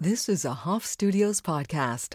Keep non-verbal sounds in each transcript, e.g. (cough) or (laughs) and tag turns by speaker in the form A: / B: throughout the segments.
A: This is a Hoff Studios podcast.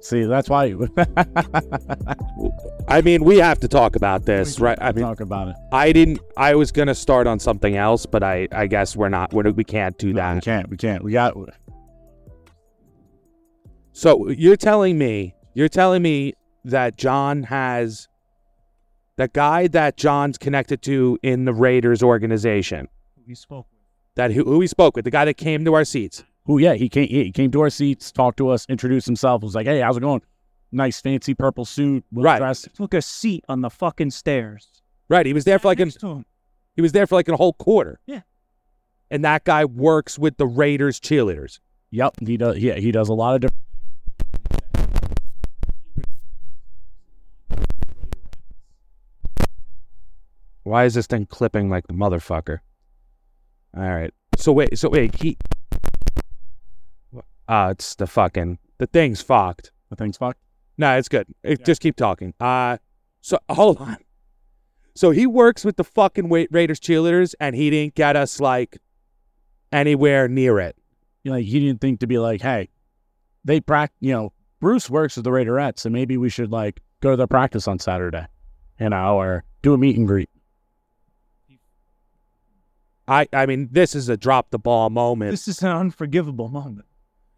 B: See, that's why (laughs) you
C: I mean, we have to talk about this, right? I mean,
B: talk about it.
C: I didn't. I was gonna start on something else, but I, I guess we're not. We're, we can't do
B: No, we
C: that.
B: can't. We can't. We got.
C: So you're telling me, you're telling me that John has the guy that John's connected to in the Raiders organization.
B: We spoke.
C: That who, who we spoke with, the guy that came to our seats.
B: Who? Yeah, he came. He came to our seats, talked to us, introduced himself. Was like, "Hey, how's it going? Nice fancy purple suit, well
C: Right.
B: dressed."
D: took a seat on the fucking stairs.
C: Right. He was there for like an,
D: Next to him.
C: he was there for like a whole quarter.
D: Yeah.
C: And that guy works with the Raiders cheerleaders.
B: Yep, he does. Yeah, he does a lot of different.
C: Why is this thing clipping like the motherfucker? All right. So wait. So wait. He. Uh, it's the fucking the thing's fucked.
B: The things fuck.
C: No, it's good. It, Just keep talking. Uh, so hold on. So he works with the fucking Wa- Raiders cheerleaders, and he didn't get us like anywhere near it.
B: You know, like he didn't think to be like, "Hey, they practice." You know, Bruce works with the Raiderettes, so maybe we should like go to their practice on Saturday, you know, or do a meet and greet.
C: I I mean, this is a drop the ball moment.
D: This is an unforgivable moment.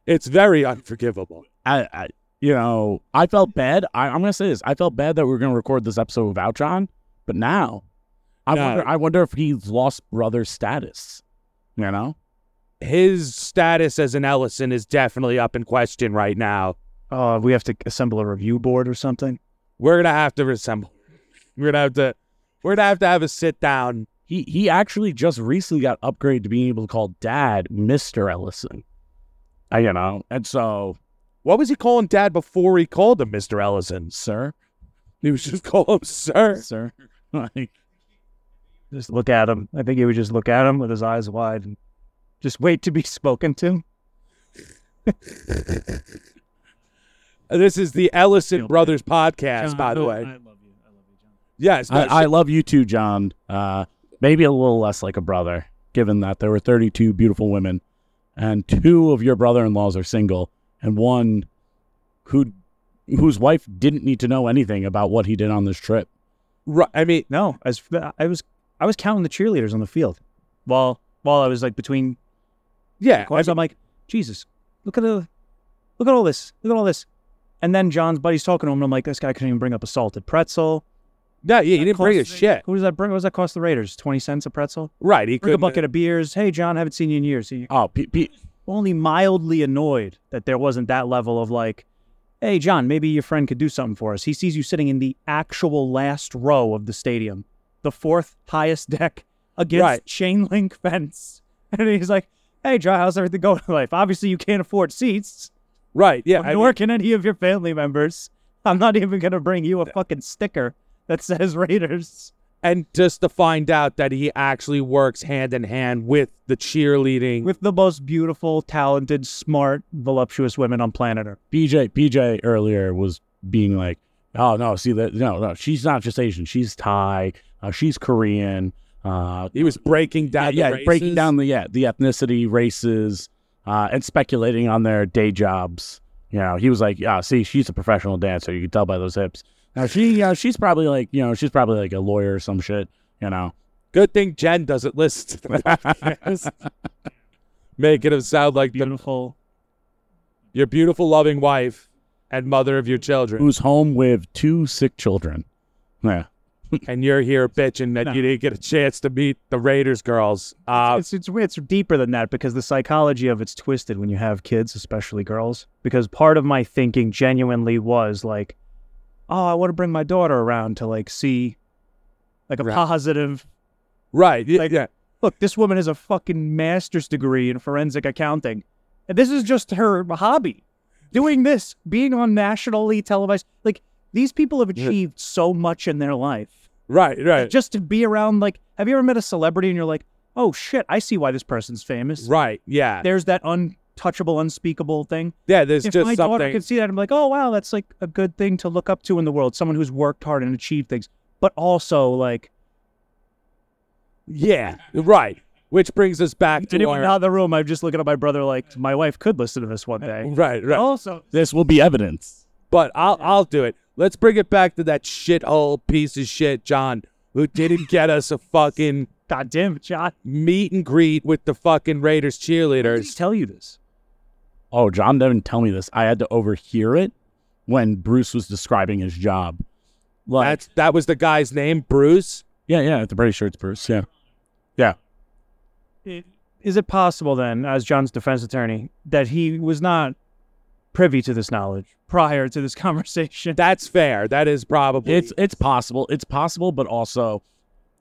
C: It's very unforgivable.
B: I, I you know, I felt bad. I, I'm gonna say this. I felt bad that we were gonna record this episode without John, but now, I
C: No.
B: wonder. I wonder if he's lost brother status. You know?
C: His status as an Ellison is definitely up in question right now.
D: Uh, we have to assemble a review board or something.
C: We're gonna have to resemble. We're gonna have to. We're gonna have to have a sit down.
B: He he actually just recently got upgraded to being able to call Dad Mister Ellison. Uh, you know, and so
C: What was he calling Dad before he called him Mister Ellison?
B: sir,
C: He was just calling him Sir.
B: sir, (laughs) like
D: Just look at him. I think he would just look at him with his eyes wide and just wait to be (laughs) spoken to.
C: This is the Ellison Brothers podcast, by the way.
D: love you. I love you, John.
C: yes, no,
B: I, I love you too, John. Uh, maybe a little less like a brother, given that there were 32 beautiful women, and two of your brother-in-laws are single, and one who whose wife didn't need to know anything about what he did on this trip.
C: ri- I mean,
D: No, as I was, I was counting the cheerleaders on the field, while while I was like between
C: yeah, I
D: course, I'm like, Jesus, look at the, look at all this, look at all this. And then John's buddy's talking to him, and I'm like, this guy couldn't even bring up a salted pretzel.
C: no, yeah, he didn't bring his
D: Costs-
C: shit.
D: Who does that bring? What does that cost the Raiders? Twenty cents a pretzel.
C: Right, he
D: Bring a
C: couldn't.
D: bucket of beers. Hey, John, haven't seen you in years. He
B: Oh, P- P-
D: only mildly annoyed that there wasn't that level of like, hey, John, maybe your friend could do something for us. He sees you sitting in the actual last row of the stadium, the fourth highest deck against
C: Right.
D: chain link fence, (laughs) and he's like, hey, John, how's everything going in life? Obviously, you can't afford seats.
C: right, yeah, I mean,
D: nor can any of your family members. I'm not even gonna bring you a fucking sticker that says Raiders.
C: and just to find out that he actually works hand in hand with the cheerleading.
D: with the most beautiful, talented, smart, voluptuous women on planet Earth.
B: PJ PJ earlier was being like, oh no, see that no no, she's not just Asian, she's Thai, uh, she's Korean. Uh,
C: he was breaking
B: yeah,
C: down. the
B: yeah, breaking
C: races.
B: down the yeah, the ethnicity, races, uh, and speculating on their day jobs. You know, he was like, "Yeah, see, she's a professional dancer. You can tell by those hips." Now she, uh, she's probably like, you know, she's probably like a lawyer or some shit. You know,
C: Good thing Jen doesn't listen to the podcast. Making him sound like the,
D: Beautiful.
C: your beautiful, loving wife and mother of your children.
B: who's home with two sick children. Yeah,
C: and you're here bitching that
D: Mm. No.
C: you didn't get a chance to meet the Raiders girls. Uh,
D: it's, it's it's deeper than that because the psychology of it's twisted when you have kids, especially girls. Because part of my thinking genuinely was like, oh, I want to bring my daughter around to like see, like a
C: Right.
D: positive.
C: right. y-
D: Like-
C: yeah.
D: Look, this woman has a fucking master's degree in forensic accounting, and this is just her hobby. Doing this, being on nationally televised, like these people have
C: Yeah.
D: achieved so much in their life.
C: Right. Right.
D: Just to be around, like, have you ever met a celebrity and you're like, oh shit, I see why this person's famous.
C: right. Yeah.
D: there's that untouchable, unspeakable thing.
C: yeah. There's
D: if
C: just
D: my daughter
C: something.
D: could see that, I'm like, oh wow, that's like a good thing to look up to in the world. Someone who's worked hard and achieved things, but also like
C: yeah. Right. Which brings us back to
D: anyone
C: our.
D: out of the room, I'm just looking at my brother like my wife could listen to this one day.
C: right. Right.
D: Also,
B: This will be evidence.
C: But I'll I'll do it. Let's bring it back to that shithole piece of shit, John, who didn't get us a fucking
D: goddamn, John,
C: meet and greet with the fucking Raiders
D: did he
C: cheerleaders.
D: tell you this?
B: Oh, John didn't tell me this. I had to overhear it when Bruce was describing his job. Like,
C: That's that was the guy's name, Bruce.
B: yeah, yeah, I'm pretty sure it's Bruce. Yeah, yeah.
D: Is it possible then, as John's defense attorney, that he was not privy to this knowledge prior to this (laughs) conversation?
C: That's fair. That is probably
B: It's it's possible. It's possible, but also,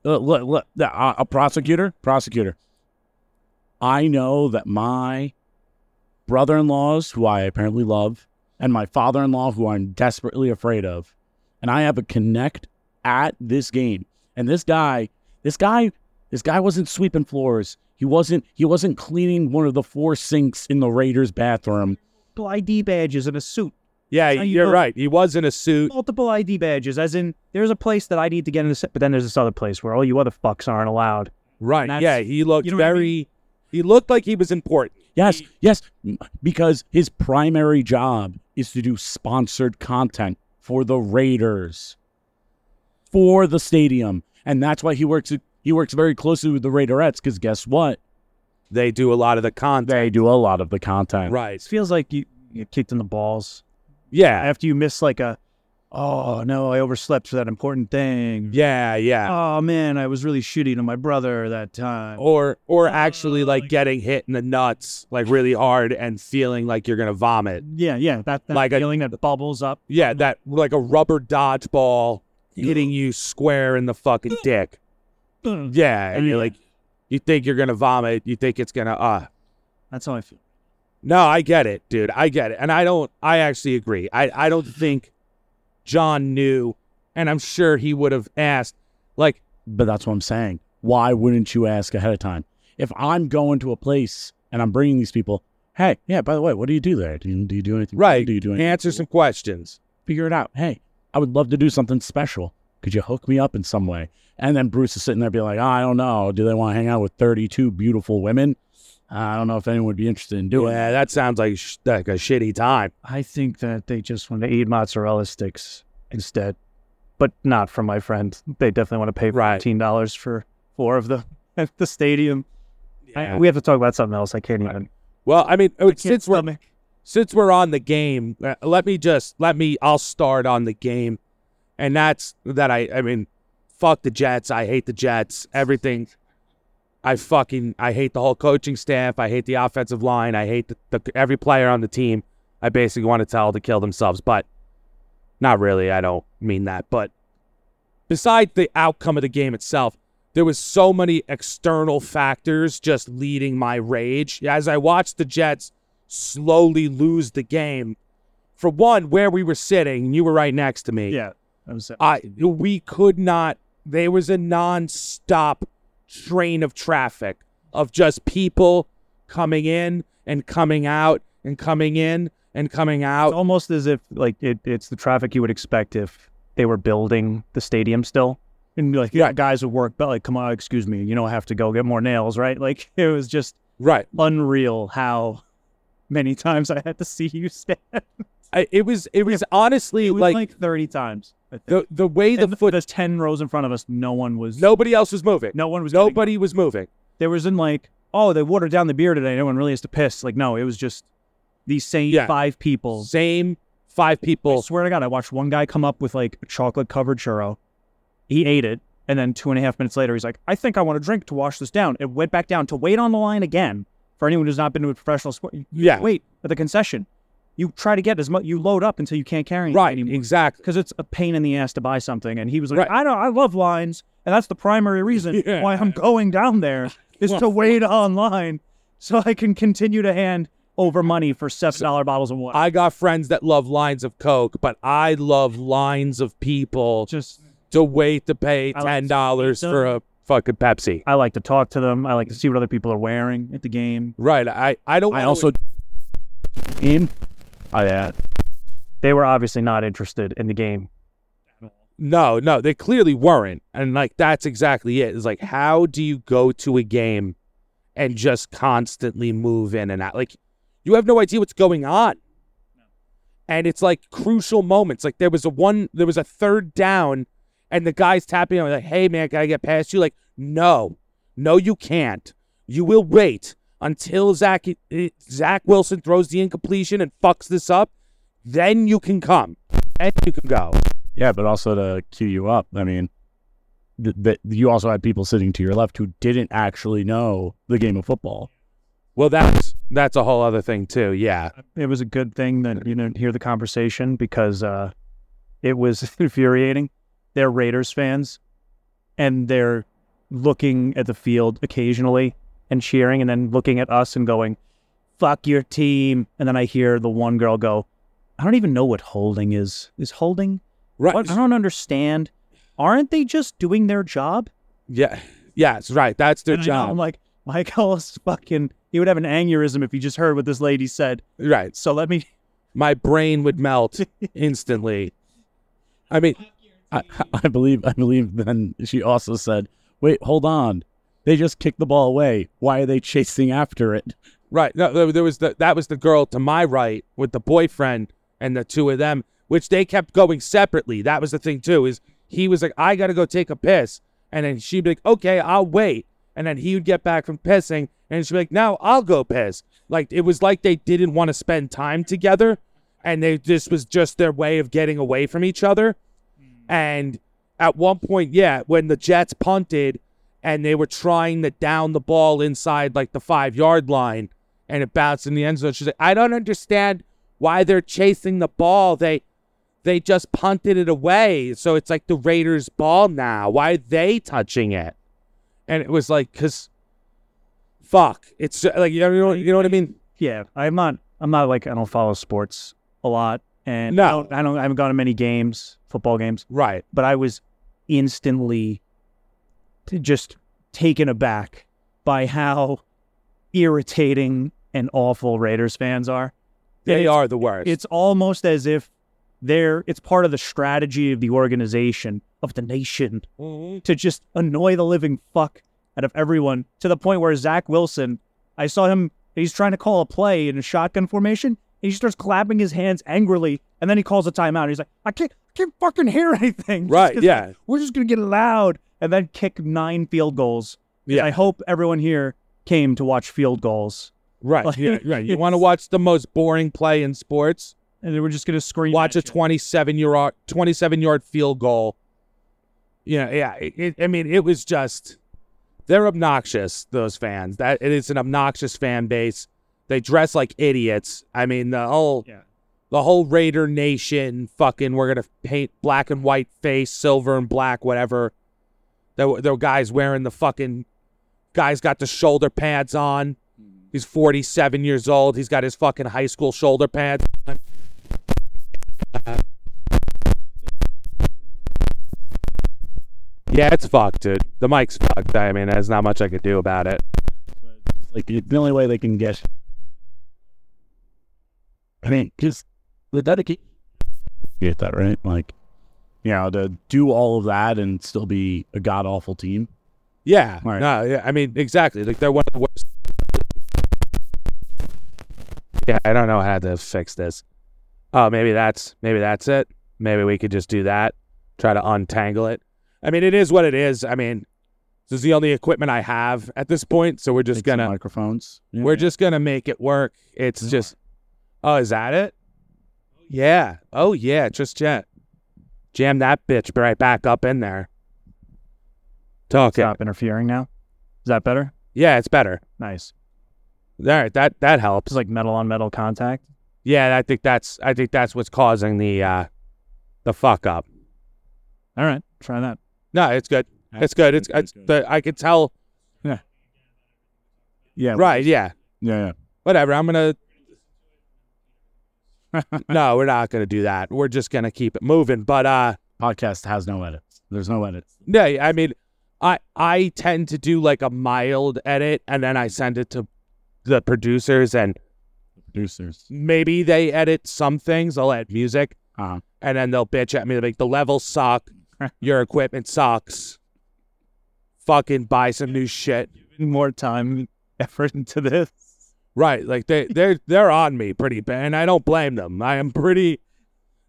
B: uh, look, look, uh, a prosecutor, prosecutor. I know that my brother-in-laws, who I apparently love, and my father-in-law, who I'm desperately afraid of, and I have a connect at this game. And this guy, this guy, this guy wasn't sweeping floors. He wasn't. He wasn't cleaning one of the four sinks in the Raiders' bathroom.
D: Multiple ID badges and a suit.
C: yeah.
D: how you
C: You're
D: know-
C: right. He was in a suit.
D: multiple ID badges, as in there's a place that I need to get in this, but then there's this other place where all you other fucks aren't allowed.
C: Right.
D: That's-
C: Yeah. He looked
D: you know what I
C: very. He looked like he was important.
B: Yes, yes, m- because his primary job is to do sponsored content for the Raiders, for the stadium, and that's why he works. He works very closely with the Raiderettes because guess what?
C: They do a lot of the content.
B: They do a lot of the content.
D: It
C: Right.
D: feels like you you kicked in the balls
C: Yeah.
D: after you miss like a, oh no, I overslept for that important thing.
C: Yeah. Yeah. Oh.
D: Oh man, I was really shitty to my brother that time.
C: or or actually
D: Uh,
C: like getting hit in the nuts like really hard and feeling like you're gonna vomit.
D: Yeah, yeah, that, that
C: Like a-
D: feeling that bubbles up. (clears throat)
C: Yeah. That like a rubber dodgeball hitting you square in the fucking dick.
D: That's
C: Yeah. And you're like, you think you're gonna vomit. You think it's gonna uh
D: how I feel.
C: No, I get it, dude. I get it. And I don't I actually agree. I, I don't think John knew and I'm sure he would have asked like
B: But that's what I'm saying. Why wouldn't you ask ahead of time? If I'm going to a place and I'm bringing these people, hey, yeah. By the way, what do you do there? Do you do, you do anything?
C: right
B: Do you do anything?
C: answer some questions.
B: figure it out. Hey, I would love to do something special. Could you hook me up in some way? And then Bruce is sitting there being like, I don't know. Do they want to hang out with 32 beautiful women? Uh, I don't know if anyone would be interested in doing
C: Yeah,
B: it.
C: that sounds like sh- like a shitty time.
D: I think that they just want to eat mozzarella sticks instead, but not from my friend. They definitely want to pay
C: Right.
D: fifteen dollars for four of them at the (laughs) stadium. I-
C: Yeah.
D: we have to talk about something else. I can't even.
C: Well, I mean, oh,
D: I can't
C: since we're
D: stomach.
C: since we're on the game, uh, let me just let me I'll start on the game, and that's that I I mean, fuck the Jets. I hate the Jets. Everything. I fucking I hate the whole coaching staff. I hate the offensive line. I hate the, the every player on the team. I basically want to tell to kill themselves, but not really. I don't mean that, but beside the outcome of the game itself, there was so many external factors just leading my rage. As I watched the Jets slowly lose the game, for one, where we were sitting, you were right next to me.
D: Yeah, I'm sorry.
C: I we could not. There was a non-stop train of traffic of just people coming in and coming out and coming in and coming
D: It's
C: out.
D: almost as if like it, it's the traffic you would expect if they were building the stadium still, and like
C: Yeah.
D: guys would work, but like, come on, excuse me, you know, I have to go get more nails, right? Like (laughs) it was just
C: Right.
D: unreal how many (laughs) times I had to see you stand.
C: I, it was. It was honestly
D: It was
C: like,
D: like, thirty times. I think.
C: the the way the
D: And
C: foot.
D: the ten rows in front of us, no one was.
C: nobody else was moving.
D: no one was. getting-
C: Nobody was moving.
D: There was in like, oh, they watered down the beer today. No one really has to piss. Like, no, it was just these same
C: Yeah.
D: five people.
C: Same five
D: I
C: people.
D: swear to God, I watched one guy come up with like a chocolate covered churro. He ate it. And then two and a half minutes later, he's like, I think I want a drink to wash this down. It went back down to wait on the line again. For anyone who's not been to a professional sport, you
C: Yeah.
D: wait at the concession. You try to get as much, you load up until you can't carry anything
C: Right.
D: anymore.
C: Exactly.
D: Because it's a pain in the ass to buy something. And he was like,
C: Right.
D: I don't, I love lines. And that's the primary reason
C: (laughs) Yeah.
D: why I'm going
C: (laughs)
D: down there is to wait online so I can continue to hand over money for $7 bottles of water.
C: I got friends that love lines of Coke, but I love lines of people
D: just
C: to wait to pay
D: I like
C: ten dollars
D: pizza.
C: for a fucking Pepsi.
D: I like to talk to them. I like to see what other people are wearing at the game.
C: Right. I I don't.
B: I
C: wanna-
B: also team. I uh,
D: They were obviously not interested in the game.
C: No, no, they clearly weren't. And like that's exactly it. It's like how do you go to a game and just constantly move in and out? Like you have no idea what's going on. And it's like crucial moments. Like there was a one there was a third down and the guy's tapping on like, "Hey man, can I get past you?" Like, "No. No you can't. You will wait until Zach Zach Wilson throws the incompletion and fucks this up. Then you can come. Then you can go."
B: yeah, but also to cue you up. I mean, th- that you also had people sitting to your left who didn't actually know the game of football.
C: Well, that's that's a whole other thing too. Yeah,
D: It was a good thing that you didn't hear the conversation because uh, it was (laughs) infuriating. They're Raiders fans, and they're looking at the field occasionally and cheering, and then looking at us and going, "Fuck your team!" And then I hear the one girl go, "I don't even know what holding is. Is holding?
C: right.
D: What? I don't understand. Aren't they just doing their job?"
C: Yeah, yes, right. That's their
D: And I know, I'm
C: job.
D: like, Michael's fucking. He would have an aneurysm if he just heard what this lady said.
C: Right.
D: So let me.
C: My brain would
D: (laughs)
C: melt instantly. I mean,
B: I, (laughs) I believe. I believe. Then she also said, "Wait, hold on. They just kicked the ball away. Why are they chasing after it?"
C: right. No, there- there was the that was the girl to my right with the boyfriend and the two of them, which they kept going separately. That was the thing too. Is he was like, I gotta go take a piss, and then she'd be like, Okay, I'll wait, and then he would get back from pissing, and she'd be like, Now I'll go piss. Like it was like they didn't want to spend time together, and they this was just their way of getting away from each other. And at one point, yeah, when the Jets punted and they were trying to down the ball inside like the five yard line and it bounced in the end zone, she's like, I don't understand why they're chasing the ball. They they just punted it away. So it's like the Raiders' ball now. Why are they touching it? And it was like, because fuck. It's like, you know, you know what I mean?
D: Yeah, I'm not. I'm not like I don't follow sports a lot, and
C: No.
D: I don't. I don't. I haven't gone to many games, football games,
C: Right.
D: but I was instantly t- just taken aback by how irritating and awful Raiders fans are.
C: They
D: It's-
C: are the worst.
D: It's almost as if they're. It's part of the strategy of the organization of the nation
C: Mhm.
D: to just annoy the living fuck out of everyone to the point where Zach Wilson, I saw him, he's trying to call a play in a shotgun formation, and he starts clapping his hands angrily, and then he calls a timeout. He's like, I can't, I can't fucking hear (laughs) anything. Just
C: Right,
D: 'cause
C: yeah.
D: We're just going to get loud and then kick nine field goals.
C: Yeah.
D: I hope everyone here came to watch field goals.
C: Right.
D: Like,
C: yeah, right. You
D: it's- (laughs)
C: want to watch the most boring play in sports?
D: And they were just going to scream.
C: Watch a
D: at you.
C: 27 yard 27 yard field goal. Yeah, yeah. It, it- I mean, it was just they're obnoxious. Those fans. That it is an obnoxious fan base. They dress like idiots. I mean, the whole
D: Yeah.
C: the whole Raider Nation. Fucking, we're gonna paint black and white face, silver and black, whatever. There, there were guys wearing the fucking guy's got the shoulder pads on. He's 47 years old. He's got his fucking high school shoulder pads. on. Yeah, it's fucked, dude. The mic's fucked. I mean, there's not much I could do about it.
B: Like the only way they can get. I mean, just the dedication. Get that right? Like, you know, to do all of that and still be a god awful team.
C: Yeah.
B: Right.
C: No, yeah. I mean, exactly. Like they're one of the worst. Yeah, I don't know how to fix this. Oh, maybe that's maybe that's it. Maybe we could just do that. Try to untangle it. I mean, it is what it is. I mean, this is the only equipment I have at this point, so we're just
B: Take some
C: gonna
B: microphones. Yeah.
C: we're just gonna make it work. It's just Oh, is that it? Yeah. Oh yeah, just yet. Jam that bitch right back up in there. Okay.
D: Stop interfering now. Is that better?
C: Yeah, it's better.
D: Nice.
C: All right, that that helps.
D: It's like metal on metal contact.
C: yeah, I think that's I think that's what's causing the uh, the fuck up.
D: All right, try that.
C: No, it's good. It's good. It's, it's the, I can tell.
B: yeah,
C: Right? Yeah.
B: Yeah, yeah.
C: Whatever. I'm gonna. no, we're not gonna do that. We're just gonna keep it moving. But uh,
B: Podcast has no edits. There's no edits.
C: no, I mean, I I tend to do like a mild edit, and then I send it to the producers, and
B: Producers.
C: maybe they edit some things. I'll add music,
B: Uh-huh.
C: and then they'll bitch at me like the
B: (laughs)
C: levels suck, your equipment sucks. Fucking buy some new shit.
D: More time, (laughs) effort into this.
C: Right, like they they're they're on me pretty bad, and I don't blame them. I am pretty.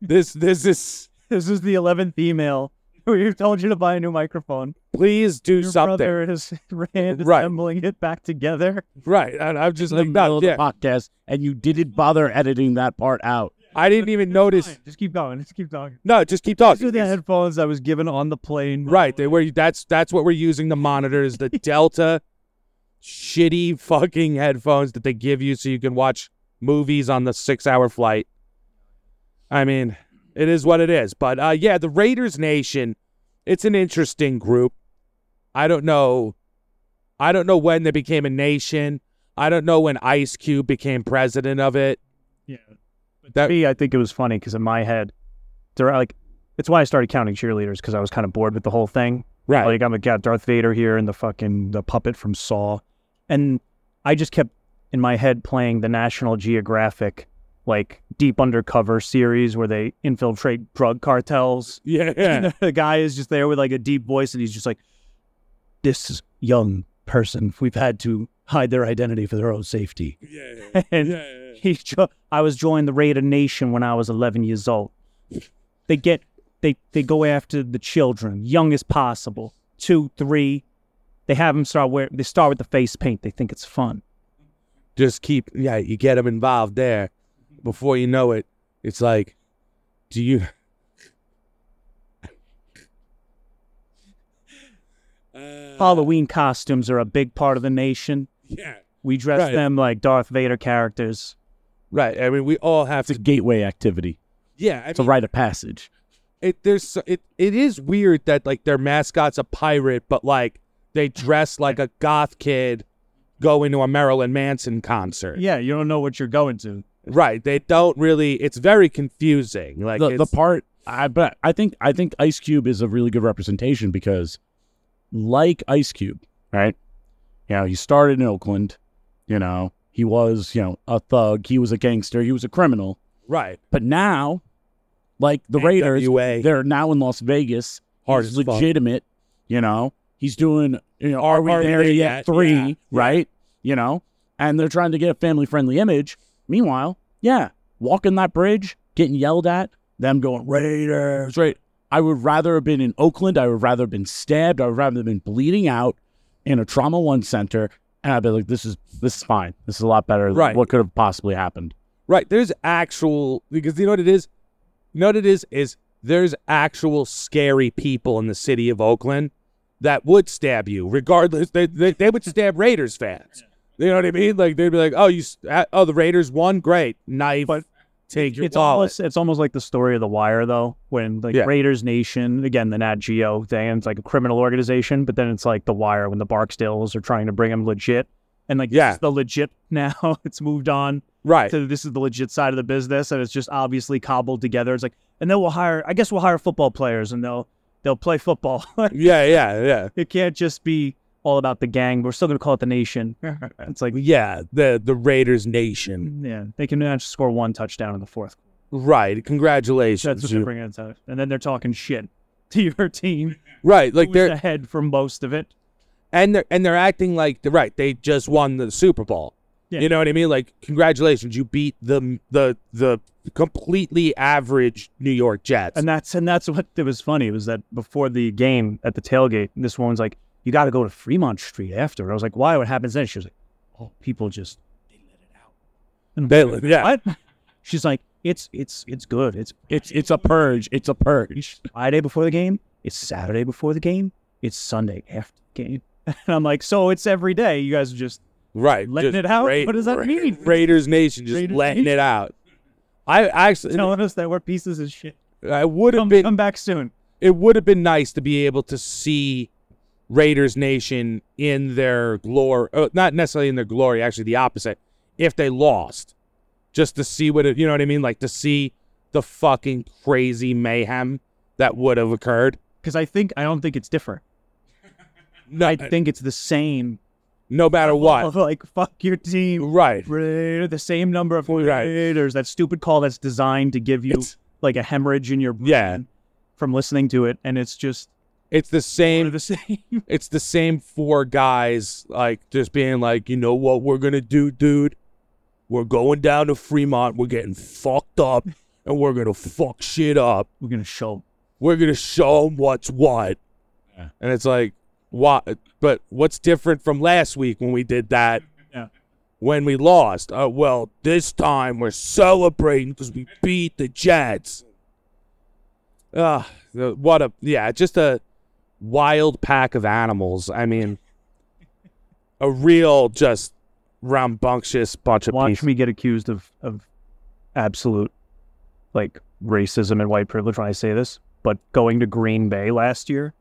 C: This this is
D: (laughs) This is the eleventh email. (laughs) We told you to buy a new microphone.
C: please do
D: Your
C: something.
D: brother is (laughs) hand
C: Right.
D: assembling it back together. (laughs)
C: Right, and I'm just like
B: In the middle
C: no,
B: of the
C: yeah.
B: podcast, and you didn't bother editing that part out.
C: I didn't even notice.
D: Just keep going. Just keep talking.
C: No, just keep
D: These are the
C: talking.
D: headphones I was given on the plane.
C: Right, they were. That's that's what we're using. The monitors,
D: (laughs)
C: the Delta, shitty fucking headphones that they give you so you can watch movies on the six-hour flight. I mean, it is what it is. But uh, yeah, the Raiders Nation. It's an interesting group. I don't know. I don't know when they became a nation. I don't know when Ice Cube became president of it.
D: Yeah. But
C: That-
D: to me, I think it was funny because in my head, there are, like it's why I started counting cheerleaders because I was kind of bored with the whole thing.
C: Right.
D: Like I'm a got Darth Vader here and the fucking the puppet from Saw, and I just kept in my head playing the National Geographic like deep undercover series where they infiltrate drug cartels.
C: yeah.
D: And (laughs) the guy is just there with like a deep voice and he's just like, this young person we've had to hide their identity for their own safety.
C: yeah.
D: (laughs) And
C: yeah.
D: he jo- I was joined the Raider Nation when I was 11 years old. They get they they go after the children, young as possible, two, three. They have them start wear. They start with the face paint. They think it's fun.
C: just keep yeah you get them involved there before you know it it's like do (laughs) you Uh,
D: Halloween costumes are a big part of the nation.
C: yeah
D: We dress
C: Right.
D: them like Darth Vader characters.
C: right i mean we all have
B: It's a
C: to
B: gateway activity.
C: yeah I
B: It's a
C: mean,
B: rite of passage.
C: it there's so- it it is weird that like their mascot's a pirate but like they dress like a goth kid going to a marilyn manson concert
D: Yeah, you don't know what you're going to.
C: right they don't really it's very confusing like
B: the, the
C: it's-
B: part I but I think I think Ice Cube is a really good representation because like Ice Cube, right? You know, he started in Oakland, you know, he was, you know, a thug, he was a gangster, he was a criminal.
C: right
B: But now, like the Raiders,
C: NWA.
B: they're now in Las Vegas.
C: Hard
B: he's
C: as fuck.
B: legitimate, you know. He's doing you know,
C: Are
B: Are We There
C: We There
B: Yet
C: Yet?
B: three,
C: Yeah, yeah.
B: right? You know? And they're trying to get a family friendly image. Meanwhile, yeah, walking that bridge, getting yelled at, them going, Raiders, right? I would rather have been in Oakland. I would rather have been stabbed. I would rather have been bleeding out in a trauma one center. And I'd be like, this is this is fine. This is a lot better than
C: Right.
B: what could have possibly happened.
C: Right. There's actual because you know what it is? You know what it is is there's actual scary people in the city of Oakland that would stab you regardless they they, they would stab Raiders fans. You know what I mean? Like they'd be like, "Oh, you s- uh, oh the Raiders won, great. Knife.
D: But
C: take your
D: it's
C: wallet."
D: almost it's almost like the story of the wire though when like
C: Yeah.
D: raiders nation again the nat geo thing it's like a criminal organization but then it's like the wire when the barksdales are trying to bring them legit and like
C: Yeah.
D: this is the legit (laughs) now it's moved on
C: right.
D: to this is the legit side of the business and it's just obviously cobbled together it's like and then we'll hire i guess we'll hire football players and they'll they'll play football (laughs)
C: yeah, yeah, yeah.
D: it can't just be all about the gang we're still going to call it
C: (laughs)
D: the nation it's like
C: Yeah, the the Raiders nation.
D: yeah they can manage to score one touchdown in the fourth
C: Right. Congratulations.
D: That's what they're bringing it to. And then they're talking shit (laughs) to your team.
C: right. Like
D: who's
C: they're
D: ahead for most of it.
C: and they're and they're acting like they're right. They just won the Super Bowl.
D: Yeah.
C: You know what I mean? Like, congratulations, you beat the the the completely average New York Jets.
D: And that's and that's what it was funny was that before the game at the tailgate, this woman's like, "You got to go to Fremont Street after." And I was like, "Why? What happens then?" She was like, "Oh, people just
C: They- yeah,
D: what?" (laughs) She's like, "It's it's it's good. It's
B: It's it's a purge. It's a purge.
D: Friday before the game. It's Saturday before the game. it's Sunday after the game. (laughs) And I'm like, so it's every day. You guys are just
C: Right.
D: Letting
C: just
D: it out?
C: Ra-
D: What does that
C: Ra-
D: mean?
C: Raiders Nation just
D: Raiders
C: letting
D: Nation.
C: it out. I actually,
D: telling us that we're pieces of shit.
C: I would have
D: Come,
C: been
D: come back soon.
C: it would have been nice to be able to see Raiders Nation in their glory, uh, not necessarily in their glory, actually the opposite. If they lost, just to see what it, you know what I mean, like to see the fucking crazy mayhem that would have occurred.
D: Because I think I don't think it's different.
C: No, uh,
D: I think it's the same.
C: no matter
D: Of
C: what,
D: like fuck your team.
C: right?
D: Raider, the same number of
C: Right.
D: Raiders. That stupid call that's designed to give you
C: It's-
D: like a hemorrhage in your brain
C: Yeah.
D: from listening to it, and it's just
C: It's the
D: they're
C: same.
D: the same. (laughs)
C: It's the same four guys, like just being like, you know what we're gonna do, dude? We're going down to Fremont. We're getting fucked up, and we're gonna fuck shit up.
D: We're gonna show. 'em.
C: we're gonna show them what's what.
B: Yeah.
C: And it's like, what? But what's different from last week when we did that?
D: Yeah.
C: When we lost? Uh, well, this time we're celebrating because we beat the Jets. Ah, uh, what a yeah, just a wild pack of animals. I
D: (laughs)
C: mean, a real just rambunctious bunch of
D: Watch
C: people.
D: me get accused of of absolute like racism and white privilege when I say this. But going to Green Bay last year,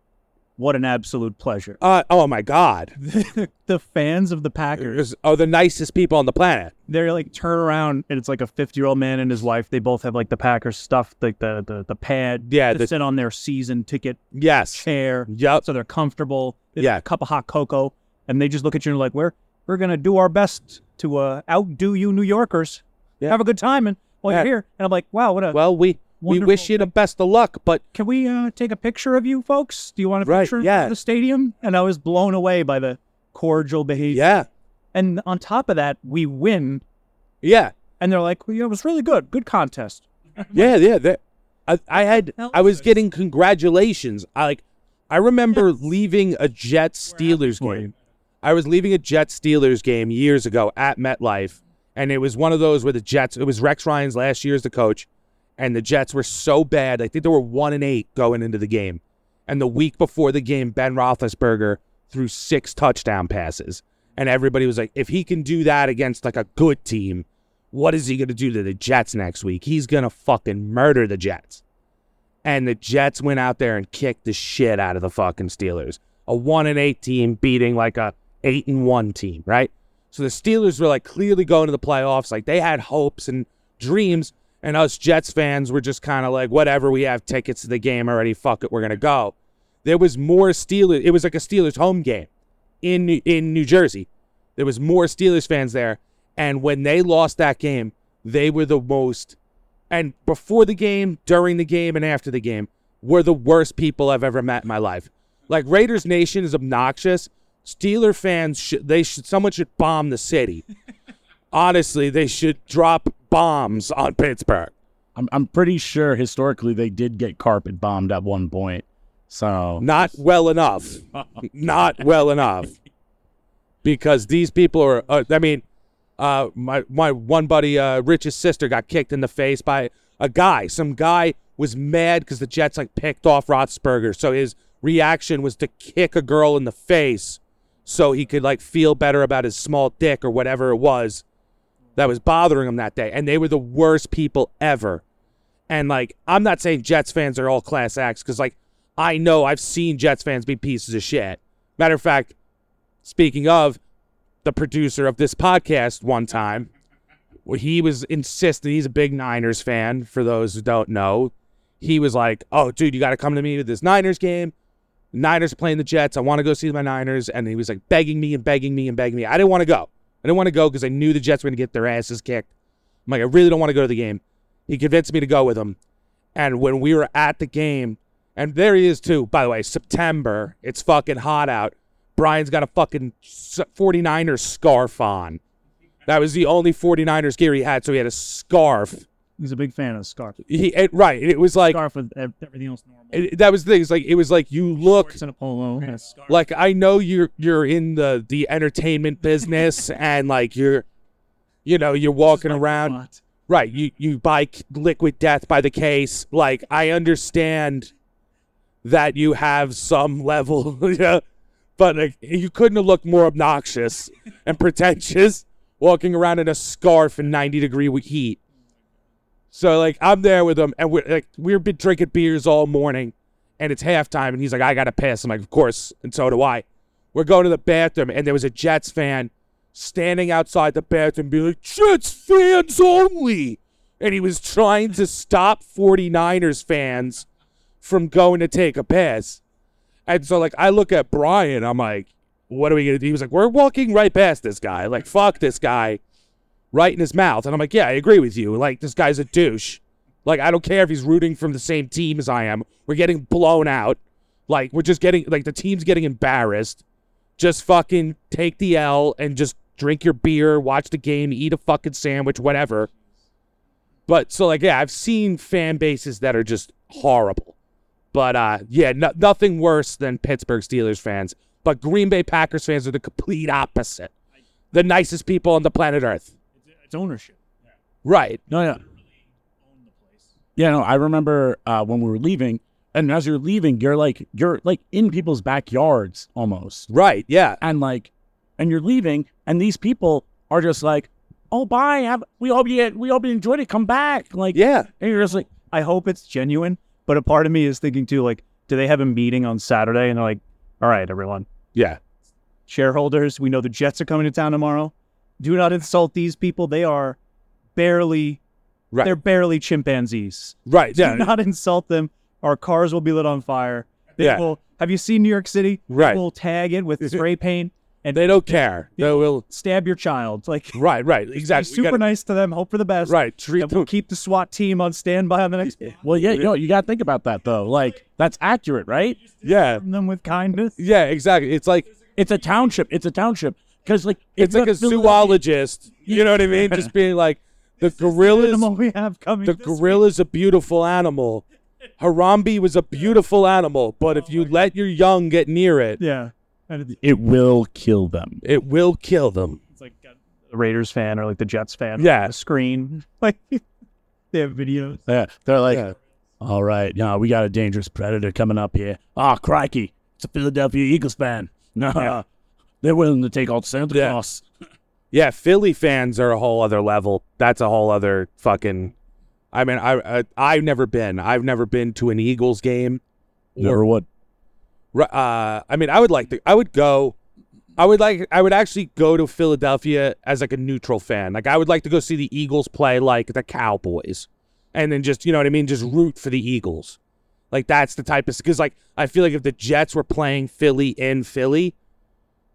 D: what an absolute pleasure.
C: Uh, oh my God!
D: the fans of the Packers
C: There's- Are the nicest people on the planet.
D: they're like turn around and it's like a 50 year old man and his wife they both have like the packers stuff like the the, the pad
C: Yeah,
D: to
C: the-
D: sit on their season ticket
C: Yes.
D: chair
C: Yep.
D: so they're comfortable They have
C: Yeah.
D: a cup of hot cocoa and they just look at you and like we're we're gonna do our best to uh outdo you new yorkers
C: Yeah.
D: have a good time and while
C: Yeah.
D: you're here and i'm like wow what a
C: (laughs) Well, we we wish
D: Wonderful.
C: you the best of luck, but
D: can we uh, take a picture of you folks do you want a
C: Right,
D: picture
C: yeah.
D: of the stadium and i was blown away by the cordial behavior
C: yeah,
D: and on top of that we win (laughs)
C: yeah,
D: and they're like well, yeah, it was really good good contest
C: yeah, yeah. That, I, I had
D: That
C: I was
D: was-
C: getting congratulations. I like I
D: (laughs)
C: remember leaving a Jets Steelers
D: for
C: game.
D: you.
C: I was leaving a Jets Steelers game years ago at MetLife, and it was one of those where the Jets. It was Rex Ryan's last year as the coach, and the Jets were so bad. I think they were one and eight going into the game, and the week before the game, Ben Roethlisberger threw six touchdown passes, and everybody was like, if he can do that against like a good team. What is he going to do to the Jets next week? He's going to fucking murder the Jets and the Jets went out there and kicked the shit out of the fucking Steelers. A one and eight team beating like a eight and one team, right? So the Steelers were like clearly going to the playoffs, like they had hopes and dreams, and us Jets fans were just kind of like, whatever, we have tickets to the game already. Fuck it, we're gonna go. There was more Steelers. It was like a Steelers home game in New- in New Jersey. There was more Steelers fans there, and when they lost that game, they were the most and before the game, during the game, and after the game were the worst people I've ever met in my life. Like Raiders Nation is obnoxious. Steeler fans should they should someone should bomb the city. Honestly, they should drop bombs on Pittsburgh.
B: I'm I'm pretty sure historically they did get carpet bombed at one point. So
C: Not well enough. Not well enough. Because these people are. Uh, I mean, uh, my my one buddy, uh, Rich's sister, got kicked in the face by a guy. Some guy was mad because the Jets like picked off Roethlisberger, so his reaction was to kick a girl in the face, so he could like feel better about his small dick or whatever it was that was bothering him that day. And they were the worst people ever. And like, I'm not saying Jets fans are all class acts because like, I know I've seen Jets fans be pieces of shit. Matter of fact, speaking of the producer of this podcast, one time, well, he was insisting he's a big Niners fan. For those who don't know, he was like, "Oh, dude, you got to come to me with this Niners game. Niners playing the Jets. I want to go see my Niners." And he was like begging me and begging me and begging me. I didn't want to go. I didn't want to go because I knew the Jets were going to get their asses kicked. I'm like, I really don't want to go to the game. He convinced me to go with him. And when we were at the game, and there he is too, by the way, September. It's fucking hot out. Brian's got a fucking s- 49ers scarf on. That was the only 49ers gear he had, so he had a scarf.
D: He's a big fan of Scarf.
C: He it, right, it was like
D: scarf with ev- everything else normal.
C: it- that was the thing. It's like it was like you look
D: Shorts and a polo. and a scarf.
C: like I know you're you're in the the entertainment
D: (laughs)
C: business and like you're you know, you're walking around
D: What?
C: Right. You you buy K- Liquid Death by the case. Like I understand that you have some level. (laughs) you know? But like, you couldn't have looked more obnoxious and pretentious walking around in a scarf in 90 degree we- heat. So like I'm there with him, and we're like we've been drinking beers all morning, and it's halftime, and he's like, "I gotta piss." I'm like, "Of course," and so do I. We're going to the bathroom, and there was a Jets fan standing outside the bathroom, being like, "Jets fans only," and he was trying to stop 49ers fans from going to take a piss. And so like I look at Brian, I'm like, "What are we gonna do?" He was like, "We're walking right past this guy. Like, fuck this guy." right in his mouth. And I'm like, yeah, I agree with you. Like, this guy's a douche. Like, I don't care if he's rooting from the same team as I am. We're getting blown out. Like, we're just getting, like, the team's getting embarrassed. Just fucking take the L and just drink your beer, watch the game, eat a fucking sandwich, whatever. But so, like, yeah, I've seen fan bases that are just horrible. But uh, yeah, no, nothing worse than Pittsburgh Steelers fans. But Green Bay Packers fans are the complete opposite. The nicest people on the planet Earth.
D: It's ownership.
C: Right.
B: No, no. Yeah, no. I remember uh, when we were leaving, and as you're leaving, you're like you're like in people's backyards almost,
C: Right. Yeah.
B: and like, and you're leaving, and these people are just like, "Oh, bye. Have, we hope you we hope you enjoyed it. Come back." Like,
C: Yeah.
B: and you're just like,
D: I hope it's genuine, but a part of me is thinking too, like, do they have a meeting on Saturday and they're like, all right, everyone,
C: Yeah.
D: shareholders, we know the Jets are coming to town tomorrow. Do not insult these people. They are barely,
C: Right.
D: they're barely chimpanzees.
C: right.
D: Do
C: Yeah.
D: not insult them. Our cars will be lit on fire. They
C: Yeah.
D: will, have you seen New York City?
C: Right.
D: We'll tag it with spray paint and
C: they don't care. They will.
D: stab your child. Like, be
C: Right. Right. (laughs) Exactly. We
D: super
C: gotta-
D: nice to them. Hope for the best.
C: Right. Treat
D: And we'll
C: them.
D: keep the SWAT team on standby on the next
B: "Well, yeah, you know, you gotta think about that though. Like, that's accurate, right?
C: Yeah.
D: them with kindness.
C: Yeah. Exactly. It's like
B: It's a township. It's a township because like
C: it's like a zoologist. You know what I mean? Just being
D: (laughs)
C: like the gorillas.
D: Animal we have coming.
C: The
D: this
C: gorilla's a beautiful animal. Harambe was a beautiful animal, but if you let your young get near it,
D: week. Oh yeah. And it's,
B: It will kill them.
C: it will kill them.
D: it's like got the Raiders fan or like the Jets fan.
C: Yeah.
D: On the screen. (laughs) Like they have videos.
B: Yeah, they're like,
C: Yeah.
B: all right, no, we got a dangerous predator coming up here. Ah, crikey, it's a Philadelphia Eagles fan. (laughs) No, they're willing to take on Santa
C: Yeah.
B: Claus.
C: Yeah, Philly fans are a whole other level. That's a whole other fucking. I mean, I, I I've never been. I've never been to an Eagles game.
B: Never would.
C: Ru- Uh, I mean, I would like to. I would go. I would like. I would actually go to Philadelphia as like a neutral fan. Like I would like to go see the Eagles play like the Cowboys, and then just you know what I mean. Just root for the Eagles. Like that's the type of because like I feel like if the Jets were playing Philly in Philly,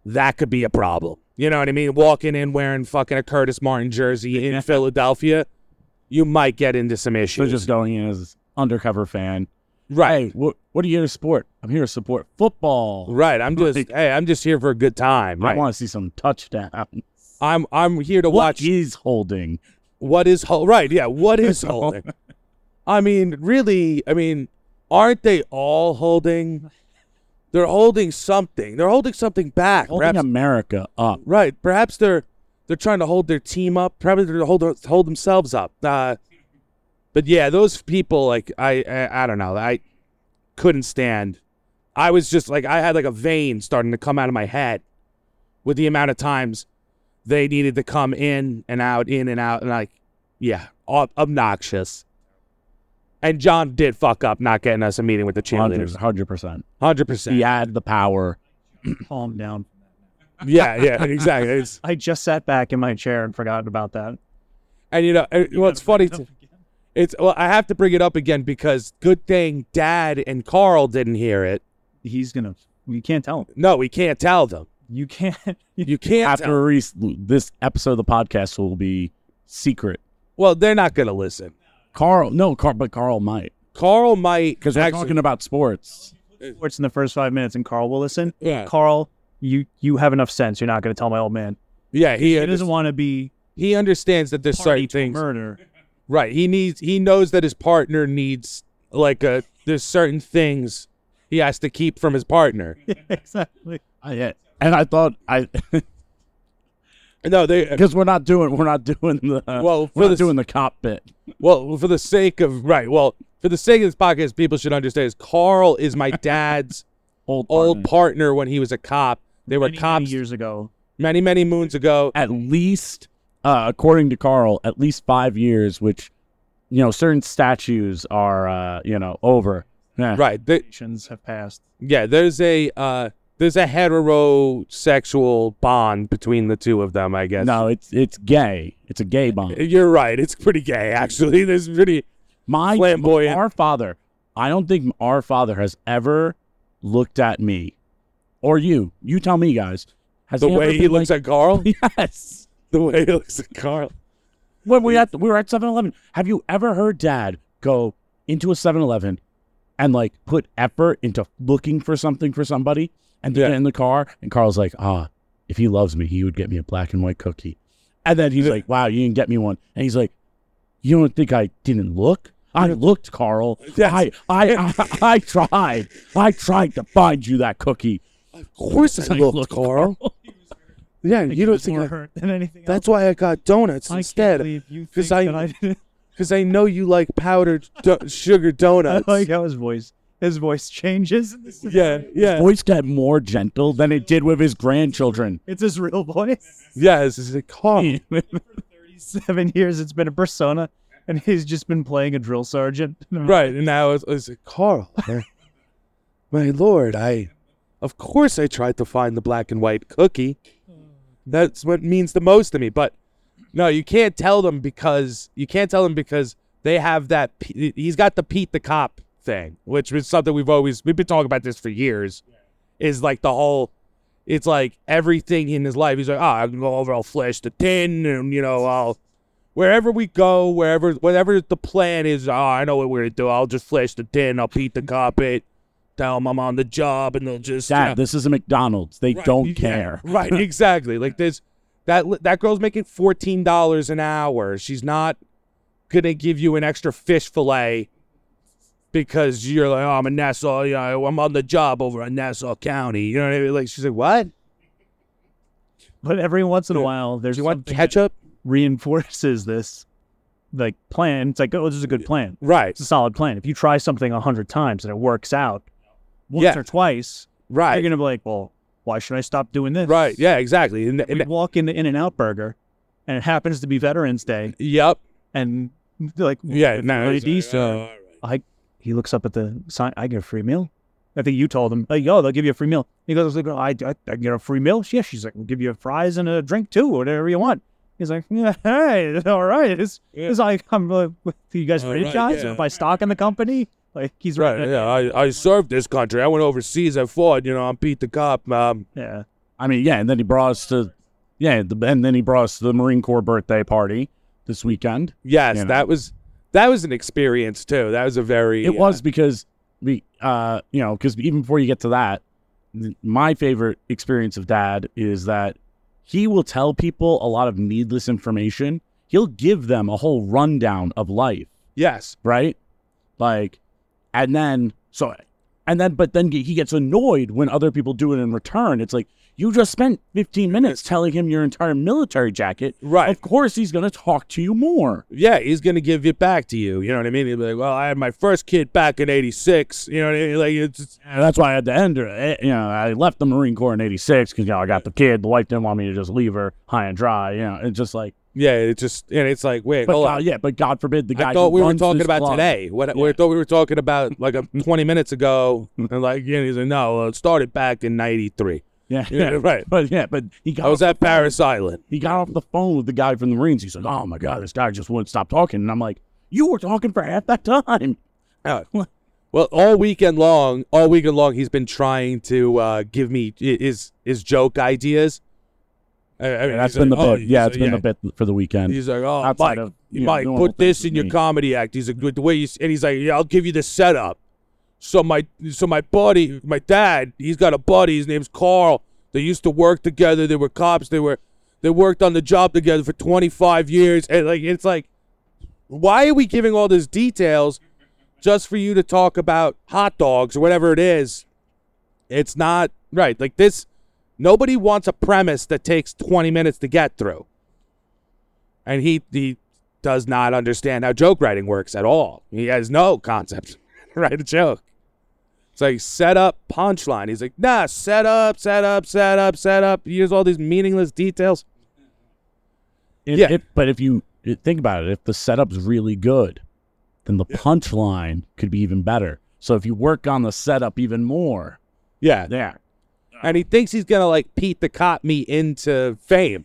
C: that could be a problem. You know what I mean? Walking in wearing fucking a Curtis Martin
B: (laughs)
C: jersey in Philadelphia, you might get into some
B: They're
C: issues.
B: just going in as undercover fan.
C: right.
B: Hey, what what are you here to support? I'm here to support football. (laughs)
C: Right. I'm just hey, I'm just here for a good time.
B: I
C: Right.
B: want to see some
C: (laughs)
B: touchdown.
C: I'm I'm here to
B: What
C: watch
B: is holding?
C: what is hol- right, yeah,
B: (laughs)
C: what is
B: Oh.
C: holding? I mean, really, I mean, aren't they all holding? They're holding something. They're holding something back.
B: Holding
C: Perhaps-
B: America up.
C: right. Perhaps they're they're trying to hold their team up. Perhaps they're to hold hold themselves up. Uh, but yeah, those people like I, I I don't know. I couldn't stand. I was just like I had like a vein starting to come out of my head with the amount of times they needed to come in and out, in and out, and like yeah, ob- obnoxious. And John did fuck up not getting us a meeting with the cheerleaders.
B: Hundred percent.
C: Hundred percent.
B: He had the power.
D: Calm down.
C: yeah, yeah, exactly. It's-
D: I just sat back in my chair and forgot about that.
C: And you know, and, well, it's funny. Too. It's well, I have to bring it up again because good thing Dad and Carl didn't hear it.
D: He's gonna. You can't tell him.
C: No, we can't tell
D: (laughs)
C: them.
D: You can't.
C: You can't.
B: After
C: tell-
B: release, this episode of the podcast will be secret.
C: well, they're not gonna listen.
B: Carl, no, Carl, but Carl might
C: Carl might
B: because we're
C: actually-
B: talking about sports.
D: sports in the first five minutes, and Carl will listen.
C: (laughs) Yeah.
D: Carl, you you have enough sense. You're not gonna tell my old man.
C: Yeah, he
D: He doesn't
C: understands,
D: want to be
C: he understands that there's
D: party
C: certain
D: to a
C: things.
D: murder.
C: Right. He needs. He knows that his partner needs like a. There's certain things he has to keep from his partner.
D: (laughs) exactly.
B: I, yeah. And I thought I (laughs)
C: No, they.
B: because we're not doing we're not doing the
C: Well, for
B: we're not
C: this-
B: doing the cop bit.
C: Well, for the sake of right, well, for the sake of this podcast, people should understand is Carl is my dad's
B: Old,
C: old
B: partner.
C: partner when he was a cop. They were
D: many, many
C: cops
D: years ago.
C: many, many moons ago.
B: at least, uh, according to Carl, at least five years, which, you know, certain statues are, uh, you know, over. Yeah.
C: Right. They,
D: Nations have passed.
C: yeah, there's a uh, there's a heterosexual bond between the two of them, I guess.
B: No, it's it's gay. It's a gay bond.
C: You're right. It's pretty gay, actually. There's pretty
B: My
C: Flamboyant.
B: our father. I don't think our father has ever looked at me, or you. You tell me, guys. Has
C: the
B: ever
C: way he
B: been
C: looks
B: like-
C: at
D: (laughs)
C: Carl.
B: (laughs) yes.
C: Oh, The way he looks at Carl.
B: When we at we were at 7-Eleven. Have you ever heard Dad go into a 7-Eleven and like put effort into looking for something for somebody and to
C: Yeah.
B: get in the car? And Carl's like, ah, if he loves me, he would get me a black and white cookie. And then he's like, wow, you didn't get me one. And he's like, you don't think I didn't look? I looked, Carl.
C: Yes.
B: I, I, I, I tried. I tried to find you that cookie.
C: Of course I looked,
B: looked,
C: Carl. Yeah,
D: I think
C: you
D: he
C: don't
D: was
C: think
D: more
C: I-
D: hurt than anything
C: that's why I got donuts
D: else. I can't
C: instead.
D: believe you
C: 'cause
D: think
C: I-
D: that I didn't. (laughs)
C: Because I know you like powdered do- sugar
D: I
C: donuts.
D: like how his voice, his voice changes. in this-
C: yeah, yeah.
B: Voice got more gentle than it did with his grandchildren.
D: It's his real
C: (laughs)
D: voice.
C: Yes, it's like Carl.
D: Seven years, it's been a persona, and he's just been playing a drill sergeant. (laughs)
C: Right, and now it's, it's like, Carl. my- My lord, I. Of course, I tried to find the black and white cookie. That's what means the most to me. But no, you can't tell them because you can't tell them because they have that. P- He's got the Pete the cop thing, which is something we've always we've been talking about this for years. Is like the whole. It's like everything in his life. He's like, oh, I can go over. I'll flash the tin, and you know, I'll wherever we go, wherever whatever the plan is, oh, I know what we're gonna do. I'll just flash the tin, I'll beat the carpet, tell them I'm on the job, and they'll just uh,
B: Dad,
C: yeah.
B: this is a McDonald's. They
C: Right,
B: don't
C: yeah,
B: care.
C: (laughs) Right, exactly. Like there's that li- that girl's making fourteen dollars an hour. She's not gonna give you an extra fish fillet because you're like, oh, I'm in Nassau, you know, I'm on the job over in Nassau County. You know what I mean? Like she's like, what?
D: But every once in a
C: Yeah.
D: while, there's
C: Do you want
D: something
C: ketchup?
D: that reinforces this, like plan. It's like, oh, this is a good plan.
C: Right,
D: It's a solid plan. If you try something a hundred times and it works out, once
C: Yeah.
D: or twice,
C: right,
D: you're gonna be like, well, why should I stop doing this?
C: right. Yeah, exactly. And,
D: We
C: and
D: walk into In and Out Burger, and it happens to be Veterans Day,
C: yep.
D: and they're like,
C: Yeah,
D: it's
C: no, uh,
D: really
C: it's like,
D: decent. (laughs)
C: all right.
D: uh, he looks up at the sign. I get a free meal. I think you told him, like, oh, they'll give you a free meal. He goes, like, oh, I, I, I can get a free meal. Yeah, she's like, we'll give you fries and a drink too, whatever you want. He's like, yeah, (laughs) hey, all right. It's,
C: Yeah.
D: it's like, I'm like, "What, (laughs) you guys
C: All right,
D: franchise?
C: yeah.
D: Am I stocking the company? Like, he's
C: Right.
D: right.
C: Yeah. I, I served this country. I went overseas. I fought. You know, I beat the cop. Um,
D: (laughs) Yeah.
B: I mean, yeah, and then he brought us to, yeah, the, and then he brought us to the Marine Corps birthday party this weekend.
C: yes,
B: You know.
C: that was that was an experience too. That was a very.
B: It was because we, uh, you know, because even before you get to that, th- my favorite experience of Dad is that he will tell people a lot of needless information. He'll give them a whole rundown of life.
C: Yes.
B: right? Like, and then so, and then but then he gets annoyed when other people do it in return. It's like you just spent 15 minutes telling him your entire military jacket.
C: Right.
B: Of course, he's gonna talk to you more.
C: Yeah. He's gonna give it back to you. You know what I mean? He'll be like, "Well, I had my first kid back in '86." You know what I mean? Like it's. Just,
B: And that's why I had to end. her. Eh, You know, I left the Marine Corps in '86 because you know I got the kid. The wife didn't want me to just leave her high and dry. You know, it's just like,
C: yeah. It just and it's like, wait,
B: but
C: hold
B: God,
C: on.
B: yeah, but God forbid the guy.
C: I thought
B: who
C: we were
B: runs
C: talking
B: this
C: about
B: club-
C: today. What we thought we were talking about like a 20 minutes ago. (laughs) And like, you know, he's like, no, it started back in '93.
B: Yeah,
C: (laughs) Yeah, right.
B: (laughs) But yeah, but he got
C: I was
B: (laughs)
C: at Paris Island.
B: He got off the phone with the guy from the Marines. He's like, "Oh my god, this guy just wouldn't stop talking." And I'm like, "You were talking for half that time."
C: Uh, well, all weekend long, all weekend long, he's been trying to uh, give me i- his his joke ideas. I, I mean,
B: that's
C: he's
B: been
C: like,
B: the
C: "Oh,"
B: bit.
C: he's
B: Yeah,
C: like,
B: it's been the bit for the weekend.
C: He's like, oh,
B: outside
C: Mike,
B: of, you know,
C: Mike,
B: normal
C: put this
B: things
C: in
B: for
C: your
B: me."
C: comedy act. He's like, with the way you, s- and he's like, yeah, I'll give you the setup. So my, so my buddy, my dad, he's got a buddy. His name's Carl. They used to work together. They were cops. They were, they worked on the job together for 25 years. And like, it's like, why are we giving all these details just for you to talk about hot dogs or whatever it is? It's not right. Like this, nobody wants a premise that takes 20 minutes to get through and he he does not understand how joke writing works at all. He has no concept. (laughs) Write a joke. It's like set up punchline. He's like, nah, set up, set up, set up, set up. He uses all these meaningless details.
B: If,
C: Yeah.
B: if- but if you think about it, if the setup's really good, then the punchline could be even better. So if you work on the setup even more,
C: Yeah.
B: there.
C: and he thinks he's gonna like Pete the cop me into fame.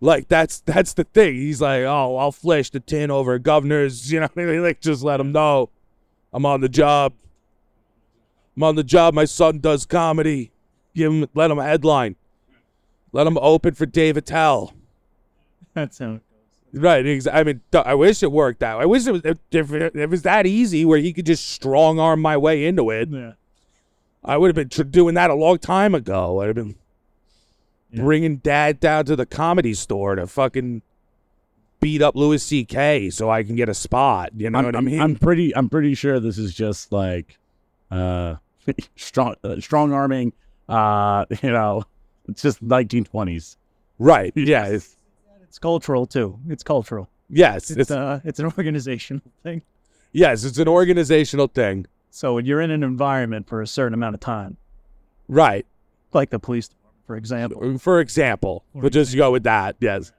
C: like that's that's the thing. He's like, oh, I'll flash the tin over governors. (laughs) You know, what I mean? like just let him know I'm on the job. I'm on the job. My son does comedy. Give him, let him headline. Let him open for Dave Attell.
D: That's how.
C: Right. ex- I mean, th- I wish it worked out. I wish it was if, if it if it was that easy where he could just strong arm my way into it.
D: Yeah.
C: I would have been tr- doing that a long time ago. I'd have been bringing dad down to the comedy store to fucking beat up Louis C.K. so I can get a spot. You know
B: I'm,
C: what I
B: I'm-
C: mean?
B: I'm pretty. I'm pretty sure this is just like uh, (laughs) strong, uh, strong arming. Uh, (laughs) you know, it's just 1920s.
C: right. Yeah. it's-
D: It's cultural too. It's cultural.
C: yes.
D: It's,
C: It's,
D: uh, it's an (laughs) organizational thing.
C: yes. It's an organizational thing.
D: So when you're in an environment for a certain amount of time,
C: Right.
D: like the police department, for example,
C: For example, we'll just go with that. Yes.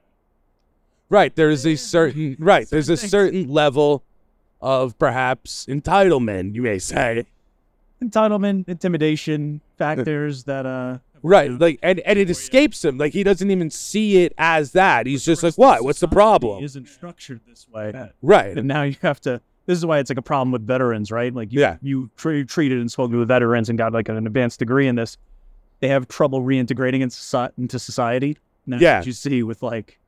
C: Right. There is a certain right. There's a certain level of perhaps entitlement, you may say.
D: entitlement, intimidation factors that uh,
C: Right, like and, and it escapes him. Like he doesn't even see it as that. He's just like, what? What's the problem?
D: Isn't structured this way.
C: Right.
D: And now you have to. This is why it's like a problem with veterans, right? Like you,
C: Yeah.
D: you tre- treated and spoke to the veterans and got like an advanced degree in this. They have trouble reintegrating in soci- into society. And that's
C: Yeah.
D: what you see with like,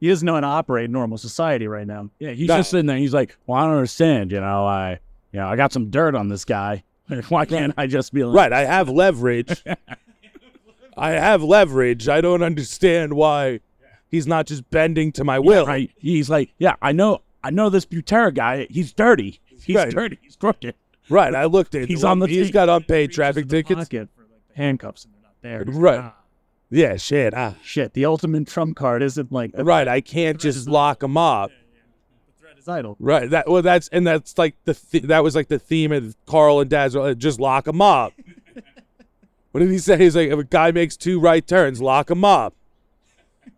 D: he doesn't know how to operate in normal society right now.
B: Yeah, he's
C: That-
B: just sitting there. He's like, "Well, I don't understand. You know, I, you know, I got some dirt on this guy. (laughs) Why can't I just be like,
C: Right. I
B: (laughs)
C: have leverage. I have leverage. I don't understand why he's not just bending to my will.
B: right? He's like, yeah, I know, I know this Butera guy. He's dirty. He's
C: Right.
B: dirty. He's crooked.
C: Right, I looked at
B: He's on the
C: He's
B: team.
C: got unpaid traffic tickets.
D: Pocket for like the handcuffs and they're not there. He's like,
C: Right.
D: "Ah,
C: Yeah, shit. Ah.
D: shit, the ultimate trump card isn't like a
C: Right. I can't just lock him up.
D: threat is idle.
C: Right. That well that's and that's like the th- that was like the theme of Carl and Dad's uh, just lock him up. what did he say? He's like if a guy makes two right turns, lock him up.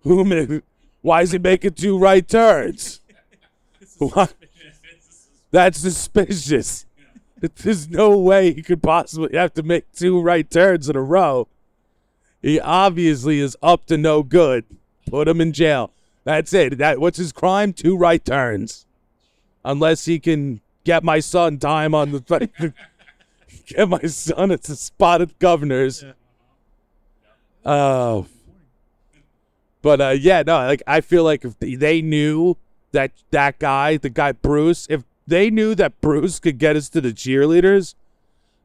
C: Who ma- why is he making two right turns? Why- That's suspicious. There's no way he could possibly have to make two right turns in a row. He obviously is up to no good. Put him in jail. That's it. That what's his crime? Two right turns unless he can get my son time on the (laughs) get my son at the spot at governors. Oh, but uh, yeah, no, like I feel like if they- they knew that that guy, the guy Bruce, if they knew that Bruce could get us to the cheerleaders,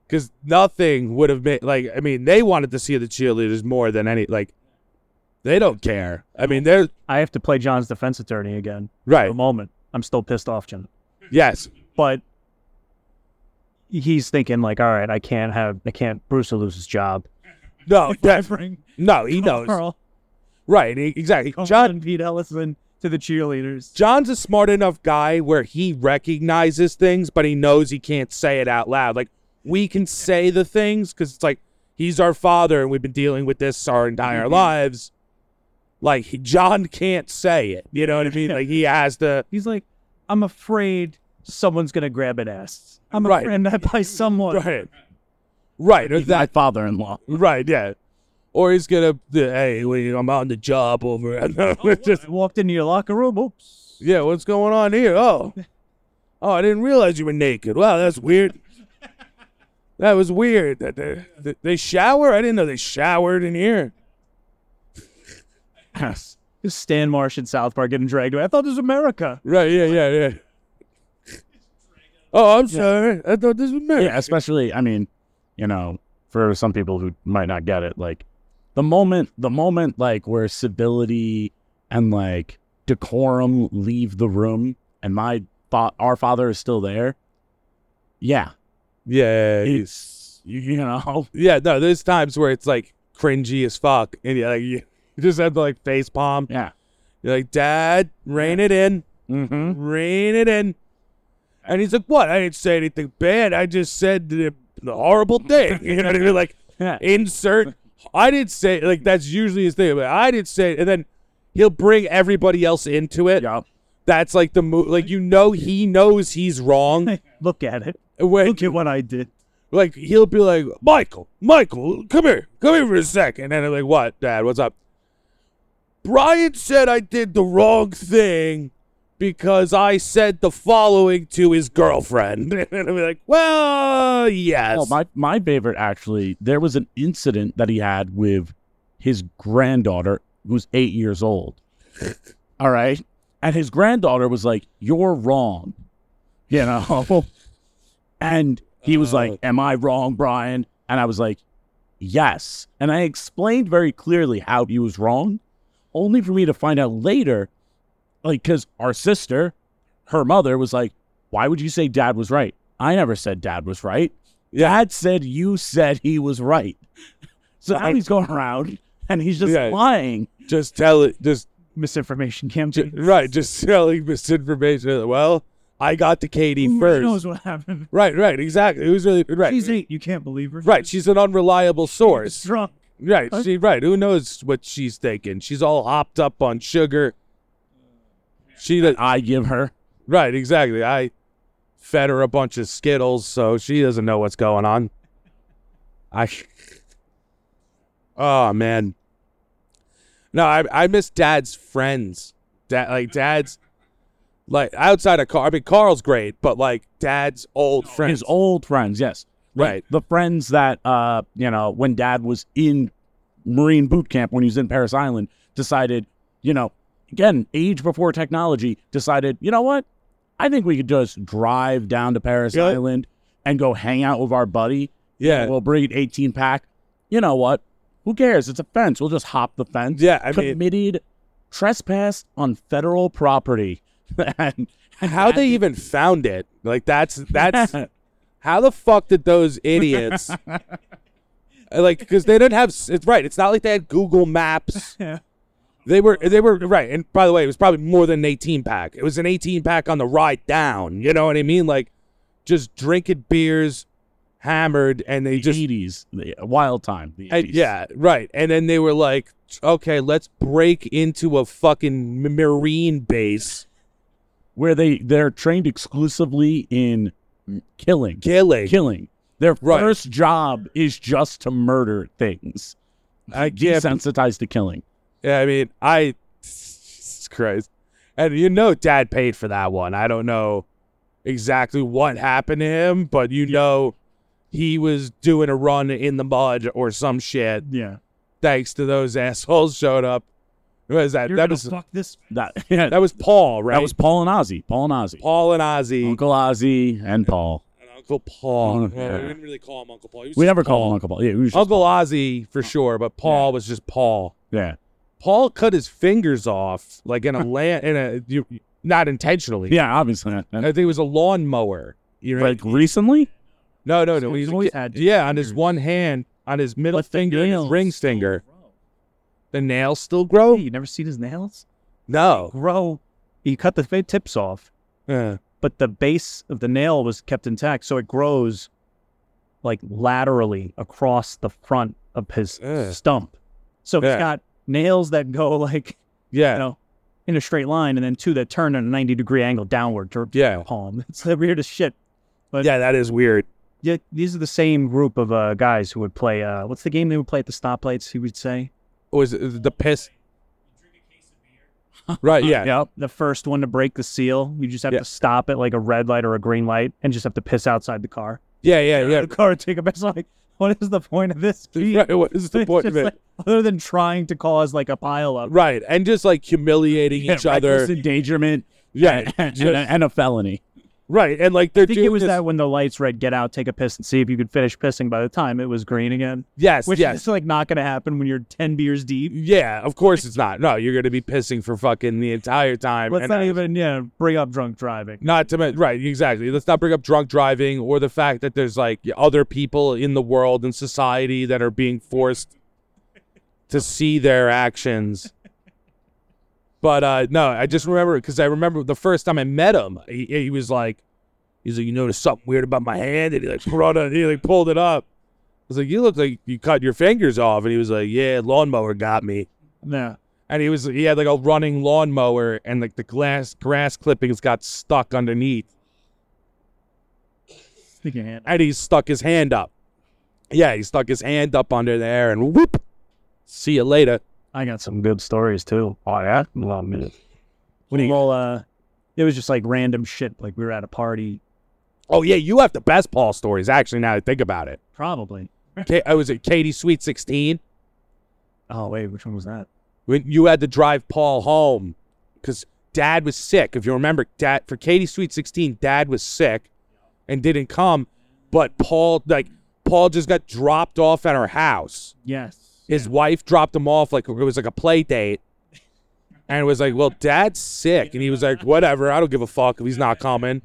C: because nothing would have made like I mean they wanted to see the cheerleaders more than any like they don't care. I mean they're
D: I have to play John's defense attorney again for
C: right.
D: a moment. I'm still pissed off, John.
C: Yes,
D: but he's thinking like, all right, I can't have, I can't. Bruce will lose his job.
C: no, def-
D: Bring
C: (laughs) no, he knows.
D: Carl,
C: Right, e- exactly.
D: Carl
C: John
D: Oh, and Pete Ellison to the cheerleaders.
C: John's a smart enough guy where he recognizes things, but he knows he can't say it out loud. Like we can say the things because it's like he's our father and we've been dealing with this our entire lives. Like he- John can't say it. You know what I mean? Like he has to.
D: He's like, I'm afraid someone's gonna grab an ass. I'm
C: Right.
D: afraid that by someone.
C: Right. Right. Or
B: He's my
C: that. (laughs)
B: father-in-law.
C: Right. Yeah. Or he's gonna. Hey, we- I'm on the job over. (laughs) It's just
D: I walked into your locker room. Oops.
C: Yeah, what's going on here? (laughs) Oh. Oh, I didn't realize you were naked. Wow, that's (laughs) weird. That was weird. That they, that they shower? I didn't know they showered in here.
B: Yes.
D: This Stan Marsh in South Park getting dragged away. I thought this was America.
C: Right, yeah, yeah, yeah. (laughs) Oh, I'm sorry. I thought this was married.
B: Yeah, especially I mean, you know, for some people who might not get it, like the moment the moment like where civility and like decorum leave the room and my thought our father is still there. Yeah.
C: Yeah. Yeah,
B: It's you, you know
C: yeah, no, there's times where it's like cringy as fuck. (laughs) And yeah, like, you you just have to like face palm.
B: Yeah.
C: You're like, Dad, rein it in.
B: Mm-hmm.
C: rein it in. And he's like, "What? I didn't say anything bad. I just said the, the horrible thing." (laughs) You know what I mean? Like,
B: Yeah.
C: insert. I didn't say like that's usually his thing. But I didn't say, and then he'll bring everybody else into it.
B: Yep.
C: That's like the mo- like you know he knows he's
D: (laughs)
C: wrong.
D: Look at it.
C: When,
D: Look at what I did.
C: like he'll be like, Michael, Michael, come here, come here for a second. And I'm like, what, Dad? What's up? Brian said I did the wrong thing because I said the following to his girlfriend. (laughs) and I'm like, well, yes.
B: Oh, my my favorite actually. There was an incident that he had with his granddaughter, who's eight years
D: (laughs)
B: old. All right, and his granddaughter was like, "You're wrong," you
D: (laughs) Oh.
B: know, and he was like,
C: Uh.
B: "Am I wrong, Brian?" And I was like, "Yes," and I explained very clearly how he was wrong, only for me to find out later, like, because our sister, her mother, was like, "Why would you say Dad was right?" I never said Dad was right. Dad said you said he was right. So now he's going around and he's just
C: Yeah.
B: lying.
C: just tell it. Just
D: Misinformation
C: ju-
D: campaign.
C: right. Just selling misinformation. Well, I got to Katie
D: Who knows
C: first.
D: what happened?
C: Right. Right. Exactly. It was really right.
D: She's eight. You can't believe her.
C: right. She's an unreliable
D: She's
C: source.
D: drunk.
C: Right,
D: Huh?
C: she right. Who knows what she's thinking? She's all hopped up on sugar. She do-
B: I give her.
C: right, exactly. I fed her a bunch of Skittles, so she doesn't know what's going on. I. Oh man. No, I I miss Dad's friends. Dad, like Dad's, like outside of Carl. I mean, Carl's great, but like Dad's old friends.
B: His old friends, yes. Like,
C: Right.
B: The friends that uh, you know, when dad was in Marine boot camp when he was in Paris Island, decided, you know, again, age before technology, decided, you know what? I think we could just drive down to Paris
C: Yeah.
B: Island and go hang out with our buddy.
C: Yeah.
B: We'll bring an 18 pack. You know what? Who cares? It's a fence. We'll just hop the fence.
C: Yeah, I mean-
B: committed trespass on federal property. (laughs) and
C: How they even found it? Like that's that's How the fuck did those idiots like because they didn't have s- it's right it's not like they had Google Maps
D: Yeah.
C: they were they were right and by the way it was probably more than an 18 pack it was an 18 pack on the ride down you know what I mean like just drinking beers hammered and they
B: the
C: just
B: 80s, the wild time. The
C: and-
B: 80s.
C: yeah right and then they were like okay let's break into a fucking m- marine base
B: Where they they're trained exclusively in killing.
C: killing
B: killing. Their
C: Right.
B: first job is just to murder things.
C: I can't
B: Desensitized to killing.
C: Yeah, I mean, I Jesus Christ, and you know, Dad paid for that one. I don't know exactly what happened to him, but you know, he was doing a run in the mud or some shit.
D: Yeah.
C: Thanks to those (laughs) assholes showed up. Who was that?
D: You're
C: that
D: gonna
C: was
D: fuck this.
B: That (laughs) yeah,
C: that was Paul, right?
B: that was Paul and Ozzy. Paul and Ozzy.
C: Paul and Ozzy
B: Uncle Ozzy and Paul.
C: and Uncle Paul.
B: Uncle-
C: Yeah, we didn't really call him Uncle Paul. He was
B: We
C: just
B: never called him
C: Paul.
B: Uncle Paul. Yeah, he was just-
C: Uncle Ozzy for sure, but Paul was just Paul.
B: yeah.
C: Paul cut his fingers off like in a land in a you, not intentionally.
B: Yeah, obviously. not.
C: I think it was a lawnmower. You know,
B: Like recently?
C: no, no, no. He's
D: He's always
C: yeah,
D: had
C: on his one hand, on his middle
B: But the
C: finger, and his
B: nails
C: ring
B: still
C: finger. The nails still grow?
D: Hey, you never seen his nails?
C: No.
D: Oh. Grow. He cut the fa- tips off,
C: Yeah.
D: but the base of the nail was kept intact, so it grows like laterally across the front of his
C: Yeah.
D: stump. So
C: Yeah.
D: he's got nails that go like
C: yeah.
D: you know in a straight line, and then two that turn at a ninety degree angle downward to
C: Yeah.
D: palm. (laughs) It's the weirdest shit. but-
C: yeah, that is weird.
D: Yeah, these are the same group of uh, guys who would play. Uh, what's the game they would play at the stoplights? He would say.
C: Was it the piss? Right,
D: (laughs)
C: yeah.
D: Yep. The first one to break the seal, you just have
C: Yeah.
D: to stop at like a red light or a green light and just have to piss outside the car.
C: Yeah, yeah, yeah.
D: The car would take a piss. Like, what is the point of this? (laughs)
C: Right, what is the
D: It's
C: point
D: just
C: of it?
D: like- other than trying to cause like a pile (laughs) up.
C: right, and just like humiliating each
B: Reckless
C: other.
B: endangerment
C: Yeah, (laughs)
B: (laughs) and,
C: (laughs) just-
B: and, and a felony.
C: right, and like they're
D: I think
C: doing
D: it was
C: this-
D: that when the lights read, get out, take a piss, and see if you could finish pissing by the time it was green again.
C: Yes,
D: Which
C: yes.
D: is like not going to happen when you're 10 beers deep.
C: Yeah, of course it's not. No, you're gonna be pissing for fucking the entire time.
D: Let's
C: and
D: not even, yeah, bring up drunk driving.
C: Not to mention, right, exactly. Let's not bring up drunk driving or the fact that there's like other people in the world and society that are being forced to see their actions. But uh, no, I just remember because I remember the first time I met him, he, he was like, he's like, you noticed something weird about my hand, and he like brought it, he like pulled it up. I was like, you look like you cut your fingers off, and he was like, yeah, lawnmower got me.
D: Yeah.
C: And he was he had like a running lawnmower, and like the glass grass clippings got stuck underneath,
D: Stick your hand.
C: and he stuck his hand up. Yeah, he stuck his hand up under there, and whoop, see you later.
D: I got some.
E: good stories too. Oh yeah, well, I mean,
D: What do you? Well, uh, it was just like random shit. Like we were at a party,
C: Oh yeah, you have the best Paul stories actually. Now that I think about it,
D: probably.
C: Ka- I was at Katie Sweet Sixteen
D: Oh wait, which one was that?
C: when you had to drive Paul home because Dad was sick. If you remember, Dad for Katie Sweet Sixteen, Dad was sick and didn't come, but Paul like Paul just got dropped off at our house.
D: Yes.
C: His wife dropped him off like it was like a play date. And it was like, well, dad's sick. And he was like, whatever, I don't give a fuck if he's not coming.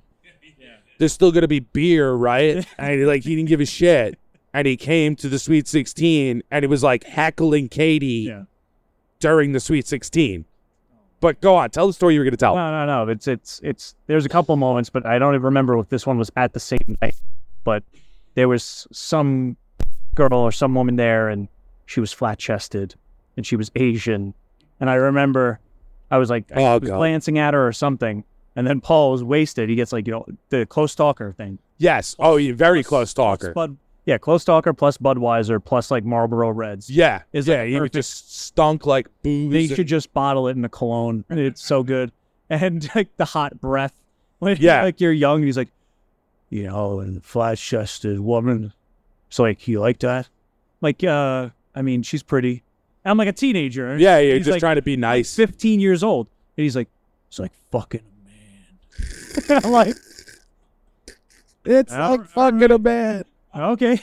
C: There's still gonna be beer, right? And he, like he didn't give a shit. And he came to the Sweet 16 and he was like heckling Katie
D: Yeah.
C: during the Sweet 16. But go on, tell the story you were gonna tell.
E: no, no, no. It's it's it's. There's a couple moments, but I don't even remember if this one was at the same night. But there was some girl or some woman there, and she was flat chested, and she was Asian, and I remember I was like, I
C: Oh,
E: was
C: God.
E: glancing at her or something, and then Paul was wasted. He gets like you know the close talker thing.
C: Yes. Oh, you're very close talker.
E: Bud, yeah, close talker plus Budweiser plus like Marlboro Reds.
C: Yeah.
E: It's
C: yeah,
E: like
C: he was
E: perfect.
C: just stunk like booze.
E: They
C: and-
E: should just bottle it in a
C: (laughs)
E: cologne. It's so good. And like the hot breath. (laughs) Like,
C: Yeah.
E: Like you're young. And he's like, you know, and the flat chested woman. It's like, you like that?
D: Like, uh, I mean, she's pretty. I'm like a teenager.
C: yeah, you're
D: He's
C: just
D: like
C: trying to be nice.
D: 15 years old, and he's like,
E: It's like fucking (laughs)
D: I'm like,
C: It's like fucking a man.
E: (laughs)
D: okay,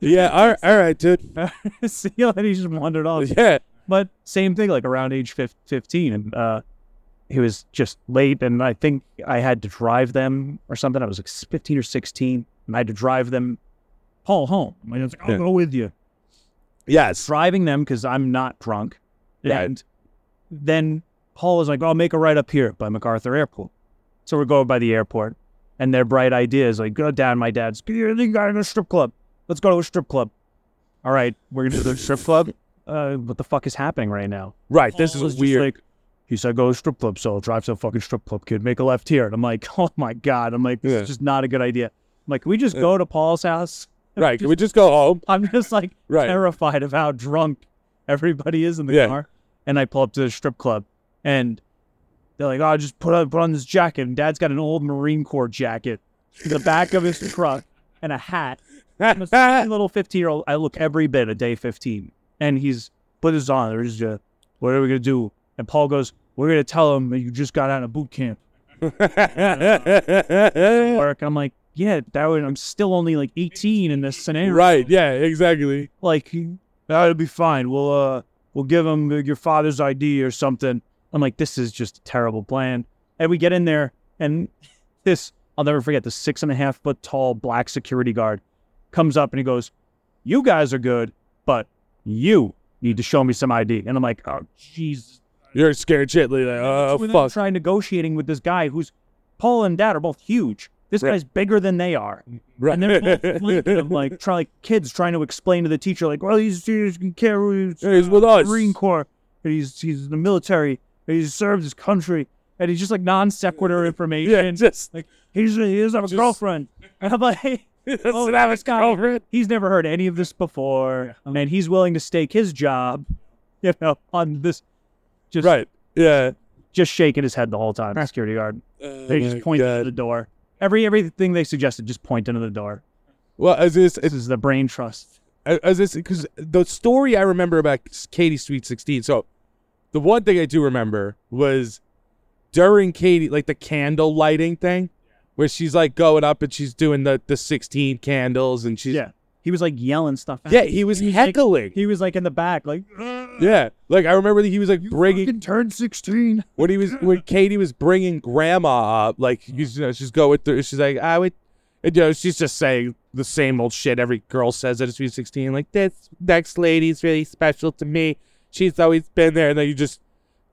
C: Yeah, all right, all right, dude.
D: see you later. He just wandered off.
C: Yeah,
D: But same thing, like around age fif- 15, and uh,
E: he was just late and I think I had to drive them or something. I was like 15 or 16 and I had to drive them
D: Paul home. My dad's like, I'll
C: Yeah.
D: go with you.
C: yes,
D: Driving them because I'm not drunk.
C: Yeah.
D: And then Paul was like, I'll make a ride up here by MacArthur Airport. So we're going by the airport, and their bright idea is like, go down. My dad's, you gotta go to a strip club. Let's go to a strip club. All right, we're gonna go to a strip club.
E: uh, what the fuck is happening right now?
C: right. This
D: was
C: is
D: just
C: weird.
D: like, (laughs) he said, go to strip club. So I'll drive to a fucking strip club, kid. Make a left here. And I'm like, (laughs) oh my God. I'm like, this
C: Yeah.
D: is just not a good idea. I'm like, can we just go to Paul's house? (laughs)
C: right? Can we just go home?
D: I'm just like
C: Right. (laughs)
D: terrified of how drunk everybody is in the
C: Yeah.
D: car. And I pull up to the strip club and they're like, oh, just put on, put on this jacket. And dad's got an old Marine Corps jacket in the back of his truck and a hat.
C: (laughs)
D: I'm a skinny little 15 year old. I look every bit a day 15. And he's put this on. They're just, uh, what are we going to do? And Paul goes, we're going to tell him that you just got out of boot camp.
C: right?
D: Work. I'm like, yeah, that would, I'm still only like 18 in this scenario.
C: Yeah, exactly.
D: Like, that'll be fine. We'll, uh, we'll give him your father's ID or something. I'm like, this is just a terrible plan. And we get in there and (laughs) this, I'll never forget, the six and a half foot tall black security guard comes up and he goes, you guys are good, but you need to show me some ID. And I'm like, oh, Jesus.
C: You're scared shitless.
D: We're
C: Like,
D: then
C: oh fuck.
D: trying negotiating with this guy who's Paul and Dad are both huge. This
C: Right.
D: guy's bigger than they are.
C: Right.
D: And they're both
C: (laughs)
D: flipping him, like trying like kids trying to explain to the teacher, like, well, he's he's carries
C: Hey, he's with us. (laughs)
D: Marine Corps, and he's he's in the military, and he's served his country, and he's just like non sequitur information.
C: Yeah, just
D: like he's he doesn't have a
C: Just-
D: girlfriend. (laughs) And I'm like, Oh,
C: doesn't have a
D: guy-
C: girlfriend.
D: he's never heard any of this before, and he's willing to stake his job, you know, on this. Just
C: Right. Yeah.
E: Just shaking his head the whole time. Security guard.
C: Oh
D: They just point to the door. Every everything they suggested, just point into the door.
C: Well, as this,
D: This is the brain trust.
C: as this, because the story I remember about Katie Sweet 16. So, the one thing I do remember was during Katie, like the candle lighting thing, where she's like going up and she's doing the the 16 candles and she's
D: Yeah, he was like yelling stuff. Out.
C: yeah, (laughs) he was heckling.
D: he was like in the back, like
C: yeah, like I remember that he was like bringing
D: turn sixteen.
C: when he was when Katie was bringing Grandma up, like you know she's going through. She's like I would, and, you know she's just saying the same old shit every girl says at a sweet sixteen. Like this next lady's really special to me. She's always been there, and then you just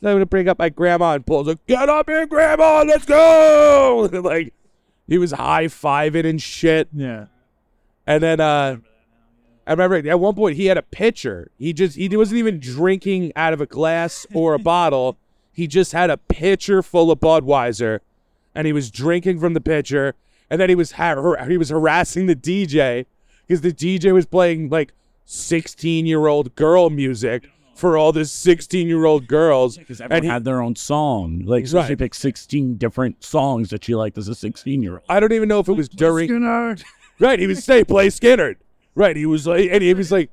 C: I'm gonna bring up my grandma and Paul's like, get up here, grandma, let's go. (laughs) like he was high fiving and shit.
D: Yeah.
C: And then uh I remember at one point he had a pitcher. He just he wasn't even drinking out of a glass
B: (laughs)
C: or a bottle. He just had a pitcher full of Budweiser and he was drinking from the pitcher and then he was har- he was harassing the DJ cuz the DJ was playing like 16-year-old girl music for all the 16-year-old girls
B: Because
C: and
B: everyone
C: he,
B: had their own song. Like
C: Right.
B: she picked sixteen different songs that she liked as a sixteen year old.
C: I don't even know if it was during Right, he would say play Skinner. Right, he was like, and he was like,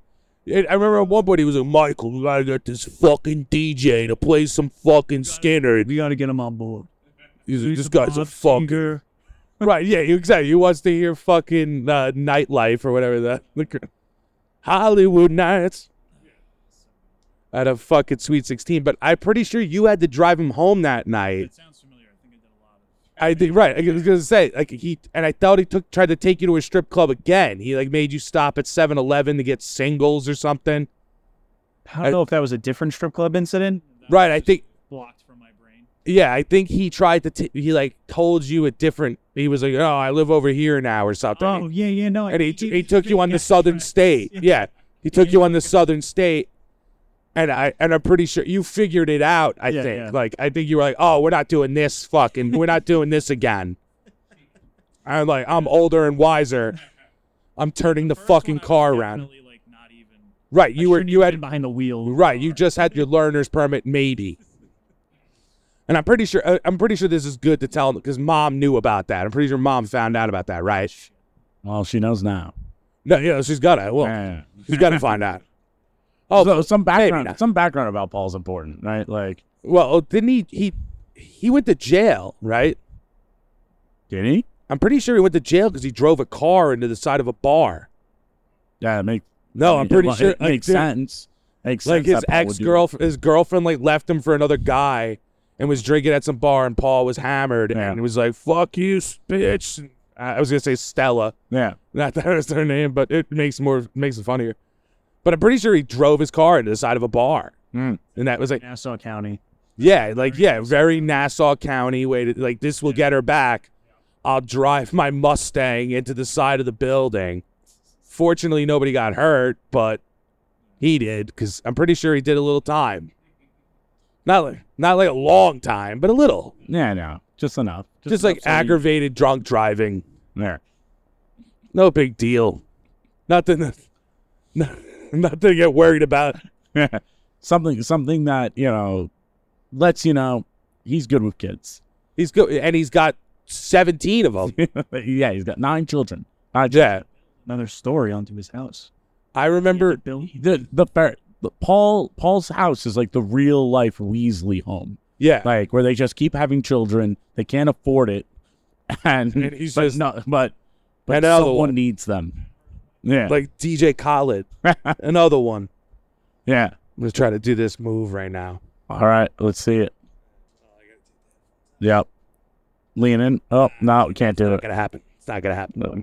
C: and I remember at one point he was like, Michael, we gotta get this fucking DJ to play some fucking Skinner.
D: We got to get him on board.
C: He's like, this guy's a fucking (laughs) right. Yeah, exactly. He wants to hear fucking uh, nightlife or whatever that (laughs) the cr- Hollywood nights. At a fucking sweet sixteen, but I'm pretty sure you had to drive him home that night. I think right. I was gonna say like he and I thought he took tried to take you to a strip club again. He like made you stop at 7-Eleven to get singles or something.
D: I don't know if that was a different strip club incident.
C: Right. I think yeah. I think he tried to t- he like told you a different. He was like, oh, I live over here now or something.
D: Oh yeah, yeah, no. I-
C: and he he took you on the
D: (laughs)
C: southern state. Yeah, he took you on the southern state. And I and I'm pretty sure you figured it out. I
D: Yeah,
C: think,
D: yeah.
C: like, I think you were like, "Oh, we're not doing this, fucking, we're not doing this
D: (laughs)
C: again." I'm like, I'm older and wiser. I'm turning the fucking car around. Right, you were you had
D: behind the wheel.
C: Right, you just had your learner's permit, maybe. And I'm pretty sure I- I'm pretty sure this is good to tell because mom knew about that. I'm pretty sure mom found out about that, right?
B: Well, she knows now.
C: No, yeah, she's got to. Well,
B: Yeah.
C: she's got to find out. Oh,
B: so some background,
C: not.
B: some background about Paul's important, right? Like,
C: well, oh, didn't he? He he went to jail, right?
B: did he?
C: I'm pretty sure he went to jail because he drove a car into the side of a bar.
B: Yeah, it makes.
C: No, Oh, I'm
B: yeah,
C: pretty
B: well,
C: sure.
B: it makes
C: dude,
B: sense. Makes
C: Like
B: sense
C: his
B: that Paul would
C: ex
B: do
C: girlfriend, his girlfriend, like left him for another guy, and was drinking at some bar, and Paul was hammered,
B: Yeah.
C: and he was like, "Fuck you, bitch." And I I was gonna say Stella,
B: it. Yeah,
C: not that was her name, but it makes more makes it funnier. But I'm pretty sure he drove his car into the side of a bar,
B: Mm.
C: and that was like.
D: Nassau County.
C: Yeah, like yeah, very Nassau County way to like this will get her back. I'll drive my Mustang into the side of the building. Fortunately, nobody got hurt, but he did because I'm pretty sure he did a little time. Not like not like a long time, but a little.
B: yeah, no, just enough.
C: Just, like
B: enough so you-
C: aggravated drunk driving.
B: There.
C: No big deal. Nothing. to- (laughs) No, nothing to get worried about.
B: something something that you know lets you know he's good with kids. (laughs)
C: He's good, and he's got 17 of them.
B: yeah, he's got nine children. Nine children.
C: Yeah,
D: Another story onto his house.
C: I
B: (laughs)
C: remember.
D: Bill.
B: The the, fair- the Paul Paul's house is like the real life Weasley home,
C: Yeah,
B: like where they just keep having children. They can't afford it, (laughs) and,
C: And he's
B: but
C: just-
B: not but but
C: Another
B: someone
C: one.
B: needs them. Yeah,
C: like DJ
D: (laughs)
C: Khaled. Another one.
B: yeah.
C: I'm gonna try to do this move right now.
B: All right, let's see it. Yep, lean in. Oh no, we can't do
C: Not
B: it.
C: gonna happen. It's not gonna happen.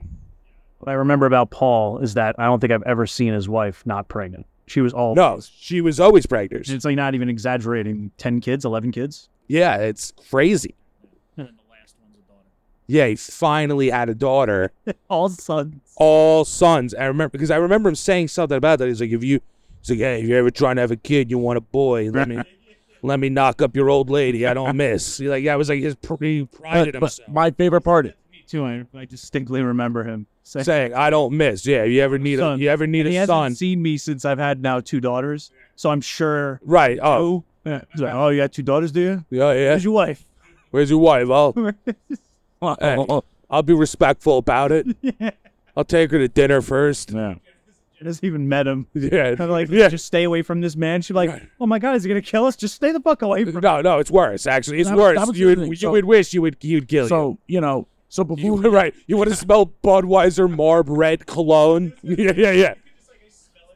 D: What I remember about Paul is that I don't think I've ever seen his wife not pregnant. She was all
C: No, she was always pregnant.
D: It's like not even exaggerating. Ten kids, eleven kids.
C: Yeah, it's crazy. Yeah, he finally had a daughter.
D: All sons.
C: All sons. I remember because I remember him saying something about that. He's like, if you, he's like, hey, if you're ever trying to have a kid, you want a boy. Let
D: (laughs)
C: me, let me knock up your old lady. I don't miss. He like, yeah, I was like, his pr- he prided
B: But, but
C: himself.
B: my favorite (laughs) part.
D: Me too. I, I distinctly remember him saying,
C: saying, I don't miss. Yeah, you ever need
D: Son.
C: a, you ever need
D: And he
C: a
D: hasn't
C: son?
D: seen me since I've had now two daughters, so I'm sure.
C: Right. Oh,
D: Oh, yeah. He's like, oh, you got two daughters, do you?
C: yeah, yeah.
D: Where's your wife? (laughs)
C: Where's your wife? I'll, Hey.
B: Oh, oh,
C: I'll be respectful
B: (laughs)
C: about it. I'll take her to dinner first.
B: yeah.
D: I just even met
B: (laughs)
D: him.
C: Yeah.
D: I'm like,
C: yeah.
D: just stay away from this man. She's like, oh my god, is he gonna kill us? Just stay the fuck away from.
C: No, no, it's worse. Actually, it's
B: That was-
C: worse.
B: that was
C: you
B: the
C: would,
B: thing.
C: you
B: So-
C: would wish you would you'd kill
B: So you know, so (laughs)
C: you.
B: before
C: you. (laughs) Right. You want to smell Budweiser Marb
B: (laughs)
C: Red Cologne? Yeah, yeah, yeah.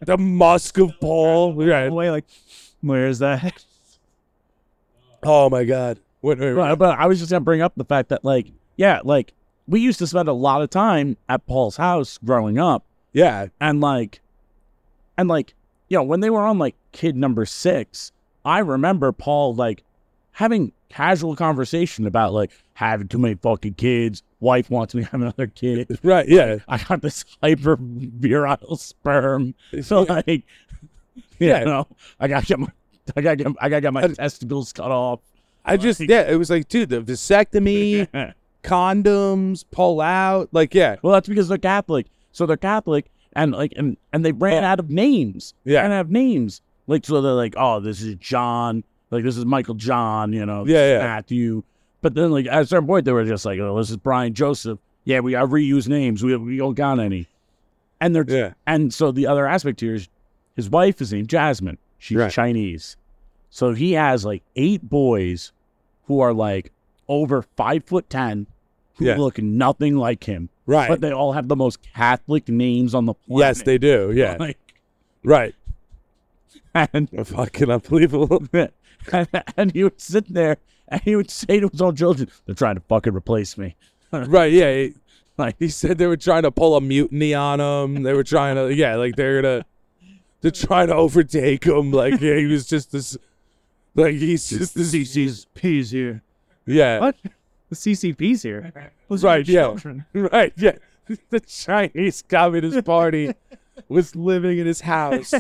C: The musk of Paul. Right.
D: Away, like, where
B: (laughs)
D: is that?
C: Oh my God. Wait, wait, wait.
B: but, but I was just gonna bring up the fact that like yeah, like we used to spend a lot of time at Paul's house growing up,
C: Yeah.
B: and like, and like you know when they were on like kid number six, I remember Paul like having casual conversation about like having too many fucking kids, wife wants me to have another kid.
C: Right. Yeah.
B: I got this hyper virile sperm. (laughs) So like you
C: Yeah.
B: know, I gotta get my I gotta get I gotta get my testicles cut off. (laughs)
C: I just yeah. It was like, dude, the vasectomy, condoms, pull out. Like, yeah.
B: Well, that's because they're Catholic. So they're Catholic, and like, and and they ran out of names.
C: Yeah.
B: and have names. Like, so they're like, oh, this is John. Like, this is Michael John. You know, this
C: Yeah,
B: is
C: yeah.
B: Matthew. But then, like at a certain point, they were just like, oh, this is Brian Joseph. Yeah, we I reuse names. We we don't got any. And they're
C: Yeah.
B: and so the other aspect here is his wife is named Jasmine. She's
C: Right.
B: Chinese. So he has like eight boys who are like over five foot ten who
C: Yeah.
B: look nothing like him.
C: Right.
B: But they all have the most Catholic names on the planet.
C: yes,
B: (laughs)
C: they do. Yeah.
B: Like,
C: Right.
B: and, (laughs)
C: Fucking unbelievable.
B: and he would sit there and he would say to his own children, They're trying to fucking replace me.
C: right. Yeah. He,
B: Like
C: he said they were trying to pull a mutiny on him. They were trying to yeah, like they're gonna to try to overtake him. Like yeah, he was just this. Like he's just this.
D: CCP's here.
C: Yeah.
D: What? The CCP's here. Those are
C: Right.
D: your
C: Yeah.
D: children.
C: (laughs) Right. Yeah. The Chinese Communist Party was living in his house.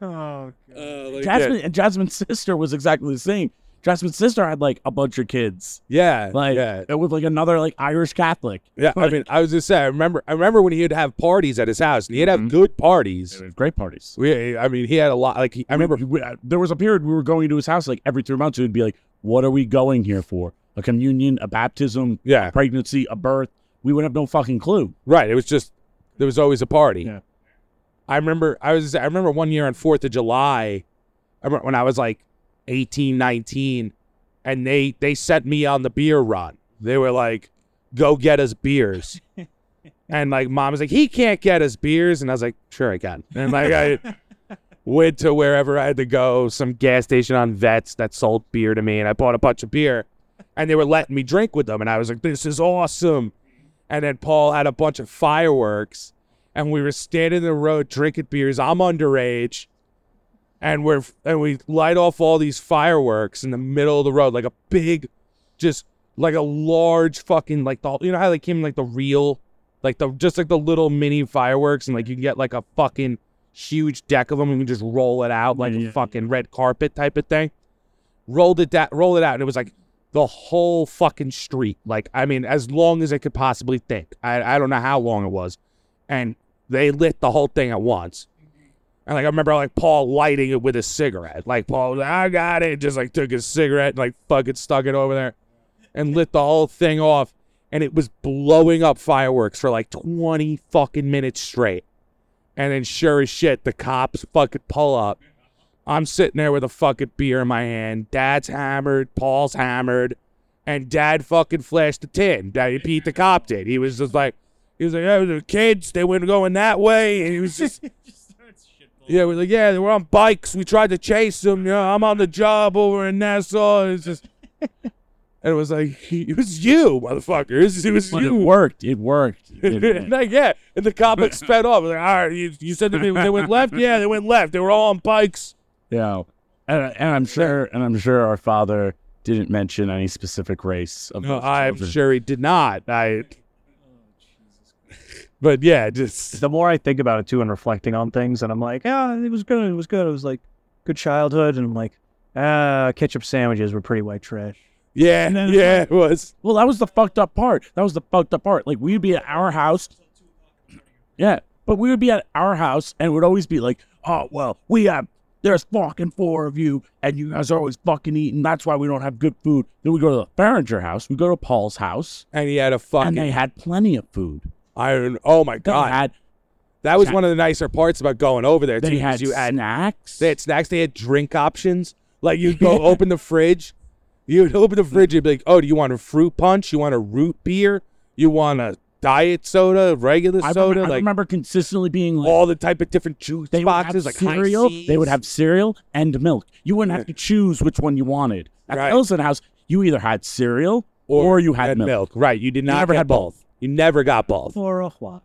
D: Oh,
C: Uh, like, yeah.
B: Jasmine and Jasmine's sister was exactly the same. Jasmine's sister had like a bunch of kids.
C: Yeah.
B: Like
C: yeah.
B: it was like another like Irish Catholic.
C: Yeah, I
B: Like-
C: mean, I was just saying. I remember, I remember when he'd have parties at his house, and he'd have good parties.
B: It was great parties.
C: We, I mean, he had a lot. Like, he, I remember,
B: we- we- uh, there was a period we were going to his house like every three months. It would be like, what are we going here for? A communion, a baptism,
C: yeah,
B: a pregnancy, a birth. We would have no fucking clue.
C: right. It was just there was always a party.
D: Yeah.
C: I remember, I was, I remember one year on Fourth of July, I remember when I was like 18, 19, and they they sent me on the beer run. They were like, "Go get us beers," and like mom was like, "He can't get us beers," and I was like, "Sure, I can." And like I. went to wherever I had to go, some gas station on Vets that sold beer to me, and I bought a bunch of beer, and they were letting me drink with them, and I was like, "This is awesome!" And then Paul had a bunch of fireworks, and we were standing in the road drinking beers. I'm underage, and we're and we light off all these fireworks in the middle of the road, like a big, just like a large fucking like the you know how they came in like the real. Like the just like the little mini fireworks, and like you can get like a fucking huge deck of them and we just roll it out like a fucking red carpet type of thing. Rolled it that rolled it out and it was like the whole fucking street. Like I mean, as long as I could possibly think. I I don't know how long it was, and they lit the whole thing at once. And like I remember, like Paul lighting it with a cigarette. Like Paul, was like, I got it. Just like took his cigarette and like fucking stuck it over there, and lit the whole thing off. And it was blowing up fireworks for like twenty fucking minutes straight. And then sure as shit, the cops fucking pull up. I'm sitting there with a fucking beer in my hand. Dad's hammered. Paul's hammered. And dad fucking flashed the tin. Daddy Pete the cop did. He was just like, he was like, oh, the kids, they went going that way. And he was just, yeah, we're like, yeah, they were on bikes. We tried to chase them. You know, I'm on the job over in Nassau. It's just, and it was like, it was you, motherfuckers. It was
B: But it
C: you. (laughs)
B: worked. It worked. It- it-
C: like, yeah. And the cop had sped off. Like, all right, you, you said that they, they went left? Yeah, they went left. They were all on bikes.
B: you know, and, and I'm sure, and I'm sure our father didn't mention any specific race. Of
C: No,
B: those
C: I'm
B: children.
C: sure he did not.
B: Oh,
C: I. But yeah, just
D: the more I think about it too and reflecting on things, and I'm like, ah, it was good. It was good. It was like good childhood. And I'm like, ah, ketchup sandwiches were pretty white trash.
C: yeah, yeah, it was.
B: Well, that was the fucked up part. That was the fucked up part. Like we'd be at our house. Yeah, but we would be at our house, and it would always be like, "Oh well, we have there's fucking four of you, and you guys are always fucking eating. That's why we don't have good food." Then we go to the Farringer house. We go to Paul's house,
C: And he had a
B: and
C: fucking
B: they had plenty of food.
C: iron. Oh my
B: They
C: god,
B: had
C: that was one of the nicer parts about going over there.
B: they
C: too,
B: had
C: 'cause you had
B: snacks.
C: They had snacks. They had drink options. Like you'd
B: (laughs)
C: go open the fridge. You'd open the fridge. You'd be like, "Oh, do you want a fruit punch? You want a root beer? You want a diet soda, regular
B: I,
C: soda?
B: remember, I
C: like
B: remember consistily being like,
C: all the type of different juice
B: they
C: boxes,
B: would have
C: like
B: cereal. They would have cereal and milk. You wouldn't have to choose which one you wanted. At
C: Right.
B: the Ellison house, you either had cereal or, you had milk.
C: Right. You did not
B: never
C: get
B: had both.
C: You never got both.
D: For a while.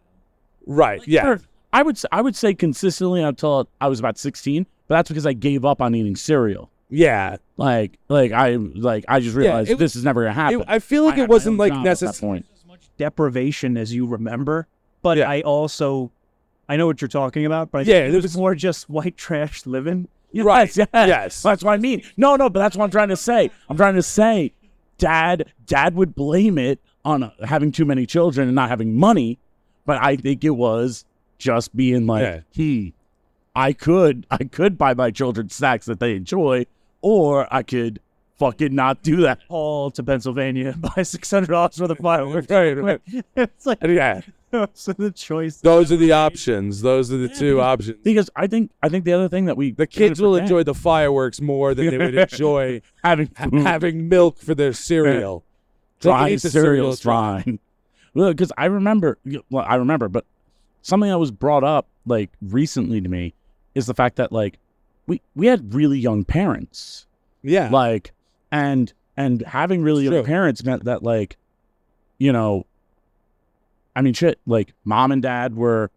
C: Right. yeah.
B: Sure, I would s- I would say consistently until I was about sixteen, but that's because I gave up on eating cereal.
C: Yeah,
B: Like, like I, like I just realized
C: it-
B: this is never gonna happen.
C: It- I feel like
B: had
C: it
B: my
C: wasn't
B: own
C: like
B: job at that
C: necessary.
B: point.
D: deprivation as you remember. But
C: Yeah.
D: I also, I know what you're talking about. But I
C: Yeah,
D: think
C: there
D: it
B: (laughs)
D: was more just white trash living.
C: Right.
B: Yes,
C: Yes.
B: (laughs) That's what I mean. No, no, but that's what I'm trying to say. I'm trying to say, Dad, Dad would blame it on uh, having too many children and not having money, but I think it was just being like,
C: Yeah.
B: hmm, I could, I could buy my children snacks that they enjoy, or I could fucking not do that.
D: All to Pennsylvania and
B: (laughs)
D: buy six hundred dollars worth of fireworks.
C: Right, right.
D: (laughs) it's like (laughs)
C: yeah.
D: those are the choice.
C: Those are the options. Those are the two options.
B: Because I think, I think the other thing that we
C: The kids will enjoy the fireworks more than they would
B: (laughs)
C: enjoy
B: having
C: having milk for their cereal. They can
B: dry
C: eat the
B: cereal is
C: dry.
B: fine. Well, because I remember, well, I remember, but something that was brought up like recently to me is the fact that like we we had really young parents,
C: Yeah.
B: like and and having really
C: It's
B: young
C: true.
B: parents meant that like, you know, I mean shit, like mom and dad were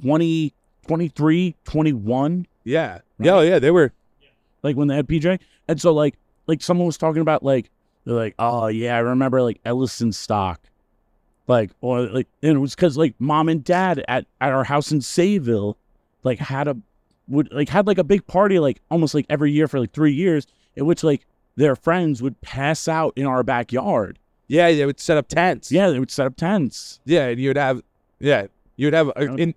B: 20, 23, 21
C: Yeah. Yeah. oh, Yeah. They were.
B: like when they had PJ. And so like like someone was talking about like they're like, oh yeah, I remember like Ellison stock. Like or like and it was cause like mom and dad at, at our house in Sayville like had a would like had like a big party like almost like every year for like three years in which like their friends would pass out in our backyard.
C: Yeah. They would set up tents.
B: Yeah, they would set up tents.
C: Yeah. And you'd have. Yeah. You'd have. uh, In,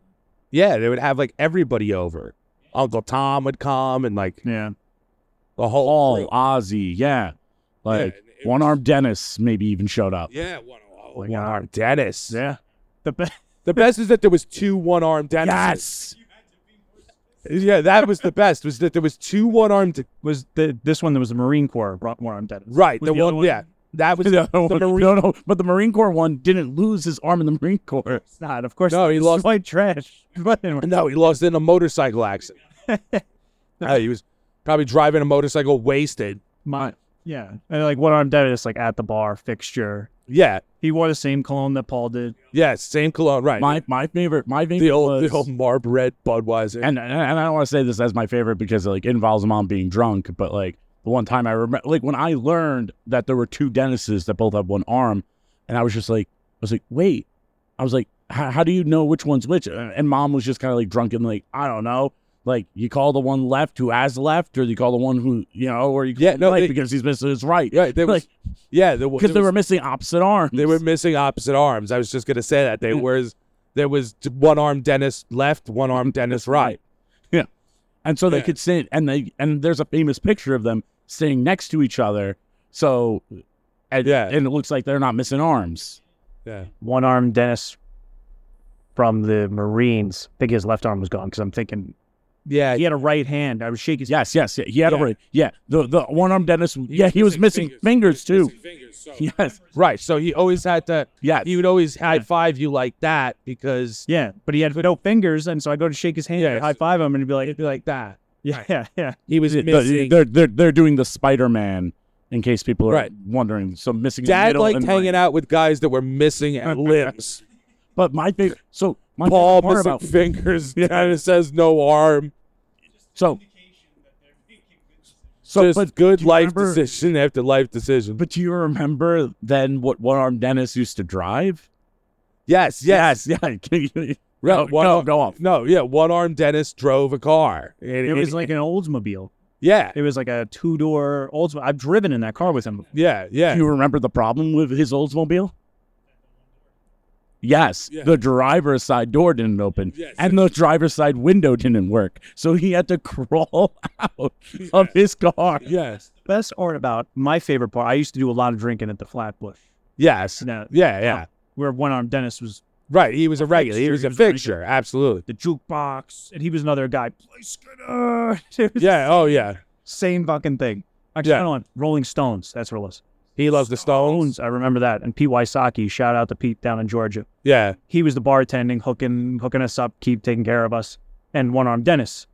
C: yeah. They would have like everybody over. Uncle Tom would come and like
D: Yeah.
C: the whole.
B: All
C: crew.
B: Ozzy, yeah. Like
C: and it
B: one
C: was-
B: armed Dennis maybe even showed up.
C: (laughs) Yeah. One, oh, one arm Dennis.
D: Yeah. The best.
C: The best is that there was two one armed Dennis.
B: Yes.
C: Yeah, that was the best. Was that there was two one armed
D: was the this one that was the Marine Corps brought where I'm dead.
C: right?
D: Was
C: The,
D: other
C: one, yeah, that was
B: (laughs) The other
C: the
B: one-
C: Marine.
B: No, no, but the Marine Corps one didn't lose his arm in the (laughs) Marine Corps.
D: It's not. Of course.
C: No, he
D: it's
C: lost-
D: white trash. (laughs) But anyway,
C: No, he lost in a motorcycle accident. Uh, he was probably driving a motorcycle wasted.
D: my yeah. And like one arm dead is like at the bar fixture.
C: Yeah,
D: He wore the same cologne that Paul did.
C: yeah, same cologne, right?
B: My my favorite, my favorite
C: the old,
B: was,
C: the old Marb Red Budweiser.
B: and and and I don't want to say this as my favorite because like it involves mom being drunk, but like the one time I remember, like when I learned that there were two Dennises that both had one arm, and I was just like, I was like, wait, I was like, how how do you know which one's which? And and mom was just kind of like drunk and like, I don't know. Like you call the one left who has left, or you call the one who you know, or you call
C: Yeah,
B: him
C: no,
B: right
C: they-
B: because he's missing his right,
C: yeah, they was,
B: like-
C: yeah, there was,
B: because they
C: there
B: were
C: was-
B: missing opposite arms.
C: they were missing opposite arms. I was just gonna say that they was there was one arm Dennis left, one arm Dennis right.
B: (laughs) Yeah. And so they
C: Yeah.
B: could sit and they and there's a famous picture of them sitting next to each other. So and,
C: Yeah.
B: and it looks like they're not missing arms.
C: Yeah,
E: One armed Dennis from the Marines. I think his left arm was gone because I'm thinking
C: yeah,
D: He had a right hand. I was shaking. his
B: Yes, yes, yeah. He had
C: Yeah.
B: a ring. Yeah. The the one arm Dennis yeah, he was missing fingers, too. (laughs) Yes.
C: right. So he always had to.
B: Yes.
C: He would always high five you like that because
D: Yeah, but he had no fingers, and so I go to shake his hand,
C: Yeah,
D: I high five him, and he'd be
C: it'd
D: like,
C: be like that.
D: "Yeah, yeah, (laughs) yeah."
C: He was
B: The-
C: missing.
B: They're they're they're doing the Spider Man in case people are
C: Right.
B: wondering. So missing
C: Dad
B: middle
C: liked
B: and
C: hanging
B: right.
C: out with guys that were
B: (laughs)
C: missing limbs.
B: But my favorite so my
C: Paul
B: favorite
C: missing
B: part about
C: (laughs) fingers. Dennis has no arm.
B: so so
C: just
B: but
C: good
B: do you
C: life
B: remember-
C: decision after life decision.
B: But do you remember then what one armed Dennis used to drive?
C: yes,
B: (laughs)
C: yes.
B: yeah. Can you-
C: Re-
B: no,
C: one-
B: no, go off.
C: No, yeah. One arm Dennis drove a car. And-
D: It was
C: and-
D: like an Oldsmobile.
C: yeah,
D: It was like a two door Oldsmobile. I've driven in that car with him.
C: yeah, yeah.
B: Do you remember the problem with his Oldsmobile? Yes,
C: Yeah.
B: the driver's side door didn't open,
C: Yes.
B: and the driver's side window didn't work, so he had to (laughs) crawl out of his car.
C: yes,
D: Best art about my favorite part. I used to do a lot of drinking at the Flatbush.
C: yes.
D: Now,
C: Yeah, yeah.
D: where one armed Dennis was
C: Right. He was a regular. He
D: fixture,
C: was
D: he
C: a
D: was a regular.
B: (laughs)
C: fixture. Absolutely.
D: the jukebox, and he was another guy. Play Skinner. It was
C: Yeah. Oh, yeah.
D: same fucking thing. Actually,
C: Yeah.
D: I don't want Rolling Stones. That's what it was.
C: He loves the Stones.
D: I remember that. And Pete Wysocki. Shout out to Pete down in Georgia.
C: Yeah.
D: he was the bartending, hooking hooking us up, keep taking care of us, and one armed Dennis.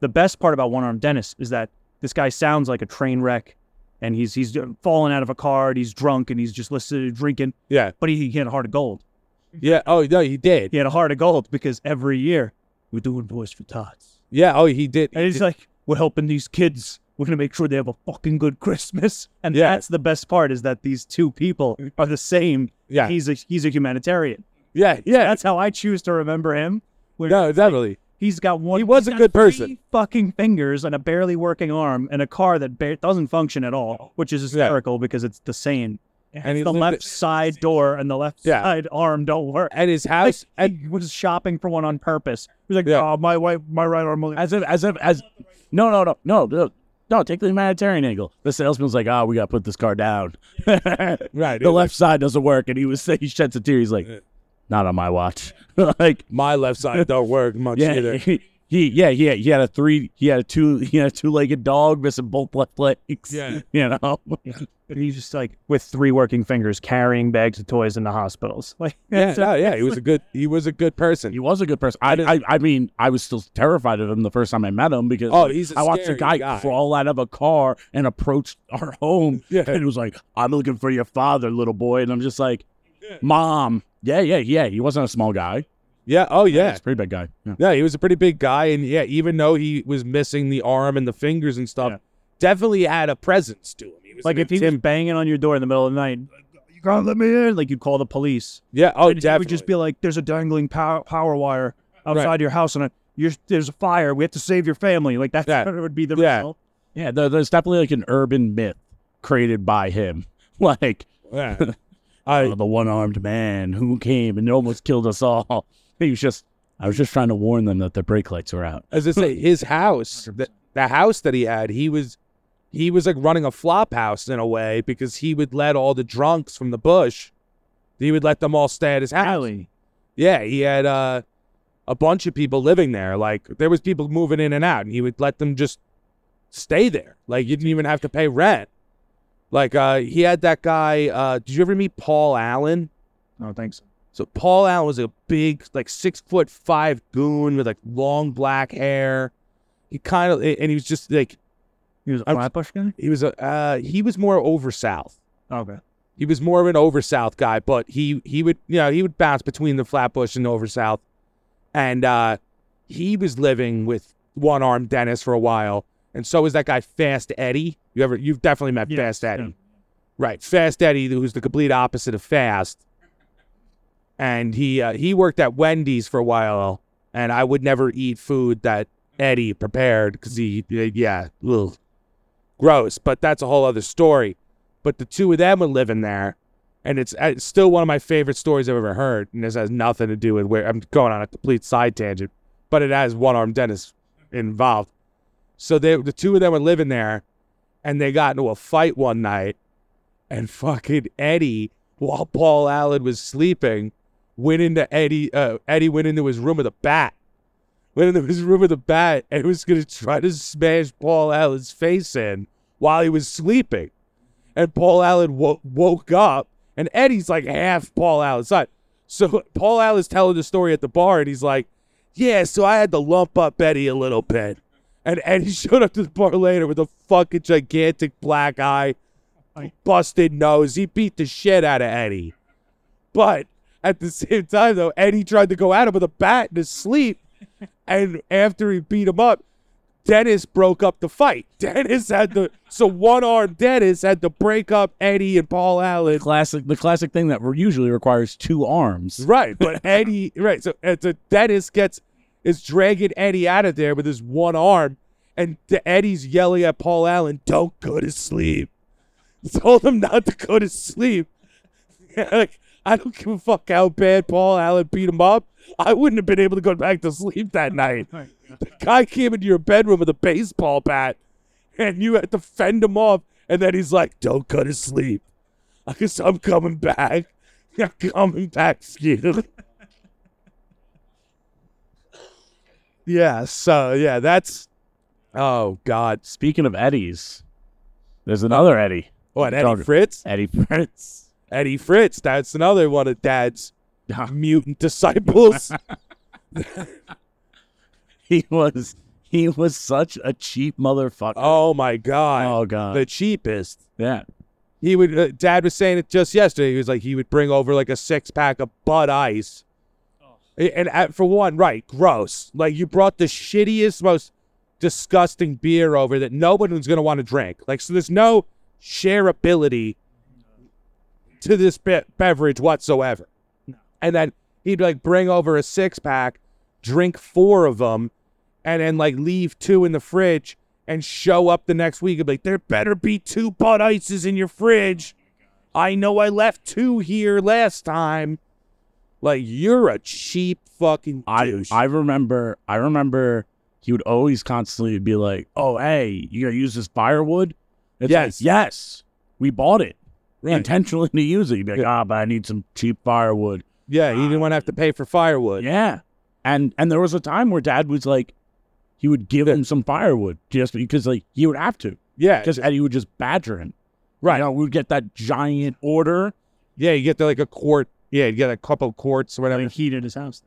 D: The best part about one armed Dennis is that this guy sounds like a train wreck, and he's he's falling out of a car, and he's drunk, and he's just listening to drinking.
C: Yeah.
D: But he, he had a heart of gold.
C: Yeah. Oh no, he did.
D: He had a heart of gold because every year we're doing voice for tots,
C: Yeah. Oh, he did.
D: and he's like, we're helping these kids We're gonna make sure they have a fucking good Christmas. And
C: Yeah.
D: that's the best part is that these two people are the same.
C: Yeah.
D: He's a he's a humanitarian.
C: Yeah, yeah.
D: That's how I choose to remember him. Where
C: no, definitely.
D: he's got one.
C: He was
D: he's
C: a
D: got
C: good
D: three
C: person.
D: Fucking fingers and a barely working arm and a car that ba- doesn't function at all, which is hysterical because it's the same.
C: And he
D: the
C: lived
D: left
C: it-
D: side door and the left
C: Yeah.
D: side arm don't work.
C: And his
B: (laughs)
C: house,
D: Like, he was shopping for one on purpose. He was like,
C: Yeah.
D: "Oh, my wife, my right arm." Only-
B: As if, as if, as no, no, no, no, no, no. Take the humanitarian angle. The salesman's like, "Oh, we gotta put this car down.
C: right?
B: the left side doesn't work." And he was (laughs) he sheds a tear. He's like, "Not on my watch." (laughs) like,
C: my
B: (laughs)
C: left side don't work much
B: yeah, (laughs)
C: either.
B: he, he, yeah, yeah. He had a three. He had a two. He had a two-legged dog missing both left legs.
C: Yeah.
B: you know. (laughs)
D: and he's just like with three working fingers carrying bags of toys into hospitals. (laughs) Like,
C: Yeah, no, yeah. He was a good. He was a good
B: (laughs)
C: person.
B: He was a good person. I, I, I mean, I was still terrified of him the first time I met him because
C: Oh, he's a
B: I watched a
C: scary
B: guy,
C: guy.
B: crawl out of a car and approach our home.
C: Yeah.
B: And it was like, I'm looking for your father, little boy. And I'm just like, Mom. Yeah, yeah, yeah. He wasn't a small guy.
C: Yeah.
B: (laughs)
C: Oh,
B: He
C: yeah.
B: was a pretty big guy. Yeah.
C: Yeah, he was a pretty big guy, and yeah, even though he was missing the arm and the fingers and stuff,
D: Yeah.
C: definitely had a presence to him. He was
D: like
C: an
D: if he was banging on your door in the middle of the night, you can't let me in. Like you'd call the police.
C: Yeah. Oh,
D: and
C: definitely.
D: It would just be like, "There's a dangling power, power wire outside your house, and a, you're, there's a fire. We have to save your family." Like that's
C: Yeah.
D: what it would be the
C: Yeah.
D: result.
B: Yeah, there- there's definitely like an urban myth created by him. (laughs) Like,
C: Yeah.
D: (laughs)
C: I
B: "Oh, the one armed man who came and almost killed us all. (laughs) He was just, I was just trying to warn them that their brake lights were out.
C: as I say, his house, the, the house that he had, he was he was like running a flop house in a way because he would let all the drunks from the bush, he would let them all stay at his house.
D: Alley.
C: Yeah, he had uh, a bunch of people living there. Like there was people moving in and out, and he would let them just stay there. Like you didn't even have to pay rent. Like uh, he had that guy. Uh, did you ever meet Paul Allen?
D: No Oh, thanks.
C: So Paul Allen was a big, like six foot five goon with like long black hair. He kind of, and he was just like
D: He was a
C: I'm-
D: flatbush guy.
C: he was a uh, he was more over south.
D: Okay.
C: He was more of an over south guy, but he he would you know he would bounce between the Flatbush and over south, and uh, he was living with one armed Dennis for a while, and so was that guy Fast Eddie. You ever you've definitely met
D: Yeah,
C: Fast Eddie,
D: yeah.
C: right? Fast Eddie, who's the complete opposite of Fast, and he uh, he worked at Wendy's for a while, and I would never eat food that Eddie prepared because he yeah ugh, gross, but that's a whole other story. But the two of them were living there, and it's, uh, it's still one of my favorite stories I've ever heard. And this has nothing to do with where I'm going on a complete side tangent, but it has one armed Dennis involved. So they, the two of them were living there, and they got into a fight one night, and fucking Eddie, while Paul Allen was sleeping, went into Eddie. Uh, Eddie went into his room with a bat. Went into his room with a bat and was gonna try to smash Paul Allen's face in while he was sleeping. And Paul Allen wo- woke up, and Eddie's like half Paul Allen's side. So Paul Allen's telling the story at the bar, and he's like, "Yeah, so I had to lump up Eddie a little bit." And Eddie (laughs) showed up to the bar later with a fucking gigantic black eye, busted nose. He beat the shit out of Eddie. But at the (laughs) same time, though, Eddie tried to go at him with a bat in his sleep. And after he beat him up, Dennis broke up the fight. (laughs) Dennis had to, so one armed Dennis had to break up Eddie and Paul Allen.
B: Classic, the classic thing that re- usually requires two arms.
C: Right, but Eddie, right. So, and so Dennis gets is dragging Eddie out of there with his one arm, and the Eddie's yelling at Paul Allen, "Don't go to sleep." (laughs) Told him not to go to sleep. (laughs) like, I don't give a fuck how bad Paul Allen beat him up. I wouldn't have been able to go back to sleep that night. The guy came into your bedroom with a baseball bat, and you had to fend him off. And then he's like, "Don't go to sleep." I guess I'm coming back. I'm coming back for you. (laughs) yeah, so yeah, that's oh god.
B: Speaking of Eddies, there's another Eddie,
C: What Eddie
B: Dog-
C: Fritz?
B: Eddie Prince. (laughs)
C: Eddie Fritz, that's another one of dad's mutant
B: (laughs)
C: disciples.
B: He was he was such a cheap motherfucker.
C: oh my god.
B: Oh, god,
C: The cheapest.
B: yeah,
C: He would uh, dad was saying it just yesterday. He was like he would bring over like a six pack of Bud Ice. And uh, for one, right, gross. Like you brought the shittiest most disgusting beer over that no one was going to want to drink. Like, so there's no shareability to this be- beverage whatsoever. And then he'd like bring over a six pack, drink four of them, and then like leave two in the fridge and show up the next week and be like, there better be two Bud Ices in your fridge. I know I left two here last time. Like you're a cheap fucking
B: I
C: douche.
B: I remember I remember he would always constantly be like, "Oh, hey, you gonna use this firewood?" It's
C: Yes.
B: like, yes, we bought it
C: Right.
B: intentionally to use it. He'd be like,
C: Yeah.
B: "Ah, but I need some cheap firewood."
C: yeah, you didn't want to have to pay for firewood.
B: Yeah, and and there was a time where Dad was like, he would give him some firewood just because like he would have to
C: Yeah,
B: because Eddie would just badger him.
C: Right.
B: you know, we'd get that giant order.
C: yeah, you get the, like a quart. Yeah, you get a couple quarts or whatever.
D: Like heated his house.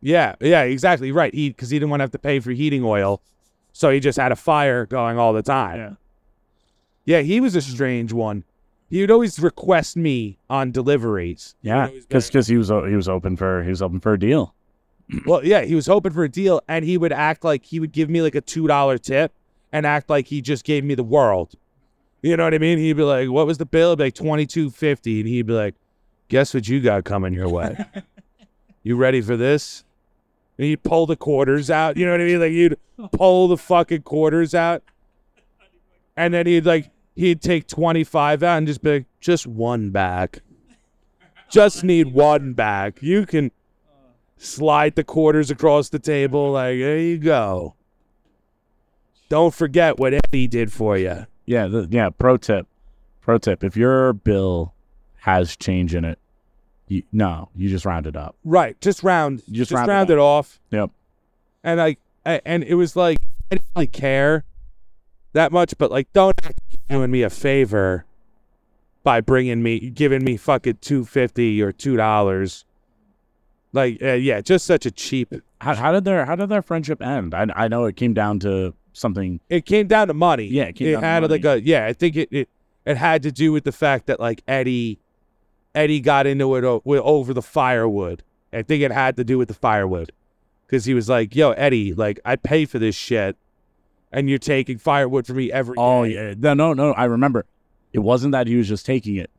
C: Yeah, yeah, exactly right. He because he didn't want to have to pay for heating oil, so he just had a fire going all the time. Yeah, yeah, he was a strange one. He would always request me on deliveries.
B: Yeah, because he was o- he was open for he was open for a deal.
C: Well, yeah, he was hoping for a deal, and he would act like he would give me like a two dollar tip, and act like he just gave me the world. You know what I mean? He'd be like, "What was the bill?" I'd be like twenty two fifty, and he'd be like, "Guess what you got coming your way? you ready for this?" And he'd pull the quarters out. You know what I mean? Like you'd pull the fucking quarters out, and then he'd like he'd take twenty five out and just be like, "Just one back. Just need one back. You can." slide the quarters across the table. Like, there you go. Don't forget what Eddie did for you.
B: Yeah, the, yeah. Pro tip, pro tip: if your bill has change in it, you, no, you just round it up.
C: Right. Just round.
B: You just
C: just round,
B: round it
C: it off.
B: Yep.
C: And like, I, and it was like I didn't really care that much, but like, don't act like you're doing me a favor by bringing me, giving me fucking two fifty or two dollars. Like, uh, yeah, just such a cheap.
B: How, how did their how did their friendship end? I I know it came down to something.
C: It came down to money.
B: Yeah, it came
C: it
B: down to
C: had
B: money.
C: like a yeah. I think it, it it had to do with the fact that like Eddie Eddie got into it o- with, over the firewood. I think it had to do with the firewood because he was like, "Yo, Eddie, like I pay for this shit, and you're taking firewood from me every
B: Oh
C: day."
B: yeah, no, no, no. I remember. It wasn't that he was just taking it.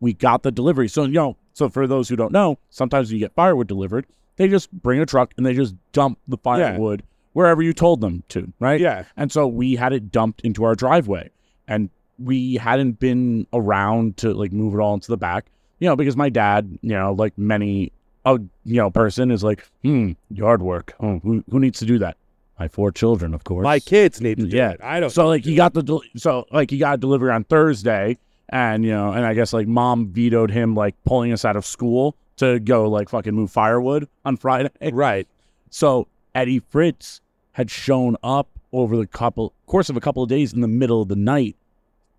B: We got the delivery. So you know, so for those who don't know, sometimes when you get firewood delivered, they just bring a truck and they just dump the firewood wherever you told them to, right?
C: Yeah.
B: And so we had it dumped into our driveway. And we hadn't been around to like move it all into the back, you know, because my dad, you know, like many a Oh, you know person is like, hmm, yard work. Oh, who, who needs to do that? My four children, of course.
C: My kids need to do
B: Yeah.
C: it. I don't.
B: So like he got the del- so like he got a delivery on Thursday, and you know, and I guess like mom vetoed him like pulling us out of school to go like fucking move firewood on Friday.
C: right.
B: So Eddie Fritz had shown up over the couple course of a couple of days in the middle of the night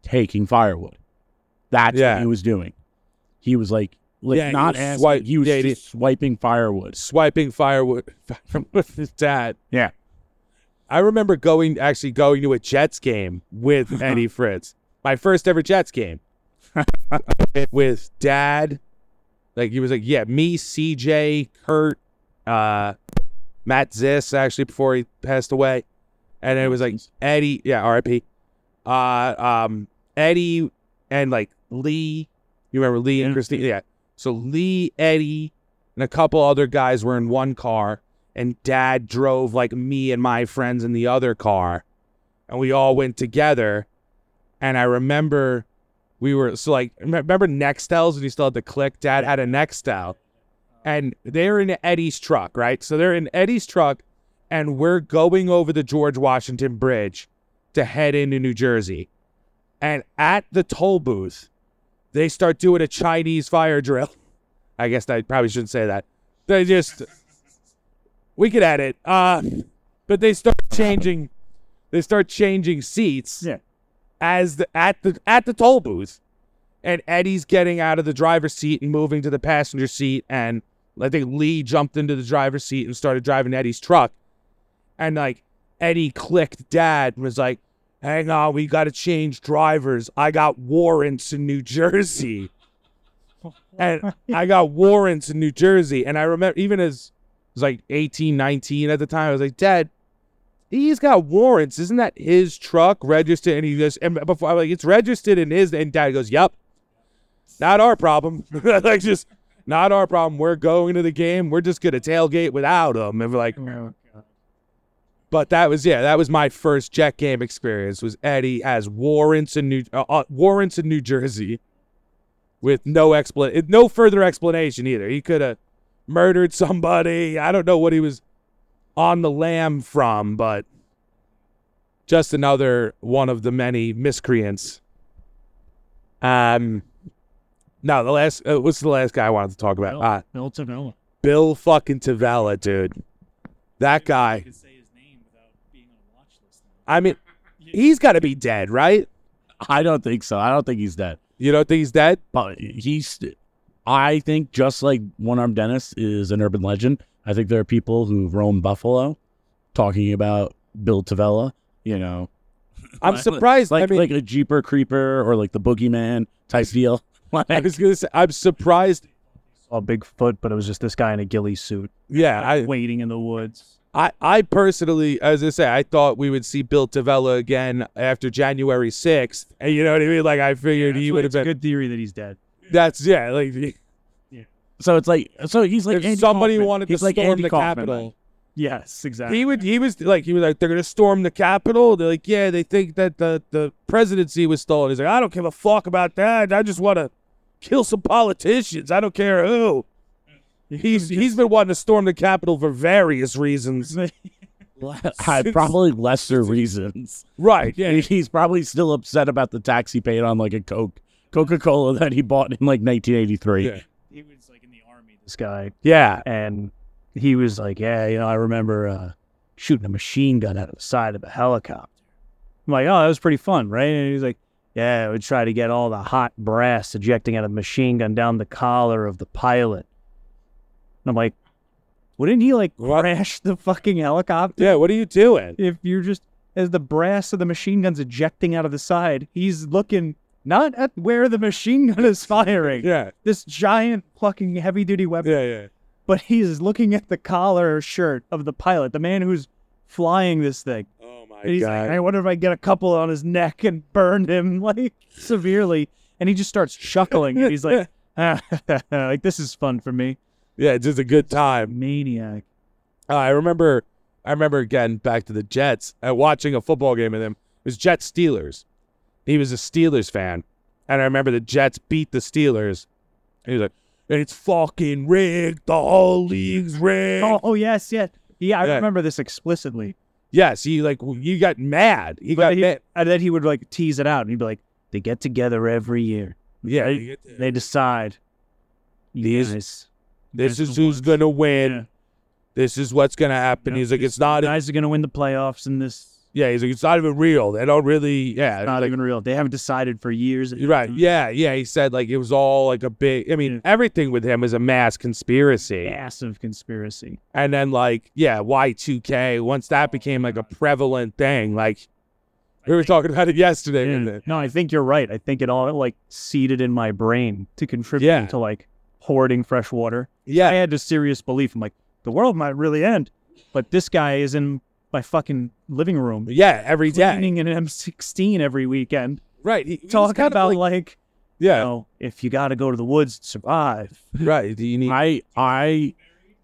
B: taking firewood. That's
C: Yeah.
B: what he was
D: (laughs)
B: doing. He was like, like
C: Yeah, he
B: not
C: was
B: asking.
C: swipe-
B: he was
C: yeah, he
B: just swiping firewood.
C: swiping firewood (laughs) with his dad.
B: Yeah.
C: I remember going actually going to a Jets game with Eddie Fritz. My first ever Jets game. with dad. Like he was like, yeah, me, CJ, Kurt, uh, Matt Ziss actually before he passed away. And it was like Eddie, yeah, RIP. Uh um Eddie and like Lee. You remember Lee and Christine? Yeah. So Lee, Eddie, and a couple other guys were in one car, and dad drove like me and my friends in the other car, and we all went together. And I remember we were so like, rem- remember Nextels when you still had the click? Dad had a Nextel, and they're in Eddie's truck, right? So they're in Eddie's truck, and we're going over the George Washington Bridge to head into New Jersey. And at the toll booth, they start doing a Chinese fire drill. I guess I probably shouldn't say that. They just we could edit. Uh but they start changing they start changing seats
D: Yeah.
C: as the at the at the toll booth. And Eddie's getting out of the driver's seat and moving to the passenger seat and I think Lee jumped into the driver's seat and started driving Eddie's truck. And like Eddie clicked dad and was like, hang on, we gotta change drivers. I got warrants in New Jersey and I got warrants in New Jersey. And I remember even as I was like 18, 19 at the time, I was like, Dad, he's got warrants. Isn't that his truck registered? And he just and before I'm like it's registered in his. And dad goes, "Yep, not our problem. (laughs) like just not our problem. We're going to the game. We're just gonna tailgate without him." And we're like, but that was yeah, that was my first Jet game experience. Was Eddie has warrants in New uh, uh, warrants in New Jersey, with no explan no further explanation either. He could have murdered somebody. I don't know what he was on the lam from, but just another one of the many miscreants. Um, no, the last uh, what's the last guy I wanted to talk about? Uh,
D: Bill Tavella.
C: Bill fucking Tavella, dude. That guy.
B: (laughs)
C: I mean, he's got to be dead, right?
B: I don't think so. I don't think he's dead.
C: You don't think he's dead?
B: But he's, I think, just like One Armed Dennis is an urban legend. I think there are people who roam Buffalo, talking about Bill Tavella. You know, (laughs)
C: I'm
B: Like-
C: surprised.
B: like
C: I mean,
B: like a Jeeper Creeper or like the Boogeyman type
C: (laughs)
B: deal. Like,
C: I was gonna say, I'm surprised.
D: Saw Bigfoot, but it was just this guy in a ghillie suit
C: Yeah, I,
D: waiting in the woods.
C: I, I personally, as I say, I thought we would see Bill Tavella again after January 6th. And you know what I mean? Like I figured he
D: That's
C: would
D: why
C: have
D: it's a
C: been.
D: good theory that he's dead.
C: That's yeah. Like
B: so it's like so he's like
C: if
B: Andy
C: somebody
B: Kaufman.
C: wanted
B: he's
C: to
B: like
C: storm
B: Andy
C: the
B: Kaufman.
C: Capitol,
D: Yes, exactly.
C: he would. He was like, he was like, they're gonna storm the Capitol. They're like, yeah, they think that the the presidency was stolen. He's like, I don't give a fuck about that. I just want to kill some politicians. I don't care who. He's he's been wanting to storm the Capitol for
B: (laughs)
C: various reasons.
B: Had probably lesser reasons.
C: Right. Yeah.
B: And he's probably still upset about the tax he paid on like a Coke Coca Cola that he bought in like 1983.
C: Yeah.
D: he was like in the army, this guy,
C: Yeah.
D: and he was like, "Yeah, you know, I remember uh, shooting a machine gun out of the side of a helicopter." I'm like, "Oh, that was pretty fun, right?" And he's like, "Yeah, I would try to get all the hot brass ejecting out of the machine gun down the collar of the pilot." And I'm like, "Wouldn't he like
C: What?
D: crash the fucking helicopter
C: Yeah. What are you doing?
D: if you're just as the brass of the machine gun's ejecting out of the side? He's looking." Not at where the machine gun is firing.
C: Yeah.
D: This giant fucking heavy duty weapon
C: Yeah. Yeah.
D: but he's looking at the collar or shirt of the pilot, the man who's flying this thing.
C: Oh my
D: And he's like, I wonder if I get a couple on his neck and burn him (laughs) like severely. And he just starts
C: (laughs)
D: chuckling. And he's like, (laughs) "Ah, like this is fun for me,
C: yeah. It's just a good time.
D: maniac.
C: Uh, I remember, I remember again back to the Jets uh, watching a football game with him. It was Jets Steelers. He was a Steelers fan, and I remember the Jets beat the Steelers. He was like, "It's fucking rigged. The whole league's rigged."
D: Oh, oh, yes, yes, yeah. I
C: Yeah.
D: remember this explicitly.
C: Yes, he like w- you got mad. He
D: But
C: got
D: he-
C: mad.
D: And then he would like tease it out, and he'd be like, "They get together every year.
C: Yeah,
D: They- They decide. You
C: These-
D: guys,
C: this is who's gonna win.
D: Yeah.
C: This is what's gonna happen.
D: Yeah.
C: He's like, "It's not."
D: guys are gonna win the playoffs in this."
C: Yeah, he's like, "It's not even real. They don't really." Yeah,
D: Not
C: like,
D: even real. They haven't decided for years.
C: You're Right. Yeah. Yeah. He said like it was all like a big. I mean,
D: Yeah.
C: everything with him is a mass conspiracy.
D: massive conspiracy.
C: And then like yeah, Y two K. Once that became like a prevalent thing, like we were talking about it yesterday.
D: Yeah.
C: wasn't it?
D: No, I think you're right. I think it all like seeded in my brain to contribute
C: Yeah.
D: to like hoarding fresh water. I
C: Yeah.
D: had a serious belief. I'm like, the world might really end, but this guy is in my fucking living room
C: Yeah. Every day.
D: cleaning an M16 every weekend,
C: Right. He, he was
D: talking
C: kind of
D: about
C: like,
D: like, you
C: yeah.
D: know, if you got to go to the woods to survive.
C: Right. Do you need?
B: I I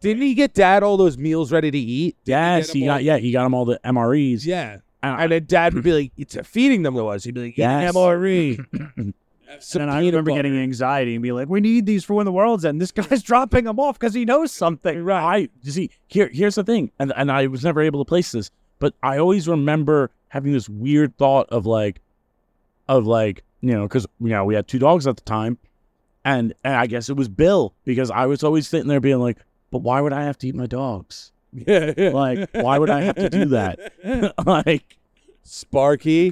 C: Didn't he get dad all those meals ready to eat?
B: yes
C: get
B: he
C: them
B: got
C: all?
B: yeah he got him all the MREs.
C: Yeah.
B: And I-
C: And then dad would be like, "It's feeding them to us." He'd be like,
B: Yes.
C: "MRE."
D: And then I remember getting anxiety and be like, we need these for when the world's end. This guy's (laughs) dropping them off because he knows something.
B: Right. I you see here here's the thing, and and I was never able to place this, but I always remember having this weird thought of like, of like you know because you know we had two dogs at the time, and and I guess it was Bill because I was always sitting there being like, but why would I have to eat my dogs?
C: Yeah, (laughs) yeah.
B: Like why would I have to do that? (laughs)
C: (laughs)
B: like
D: (laughs)
C: Sparky,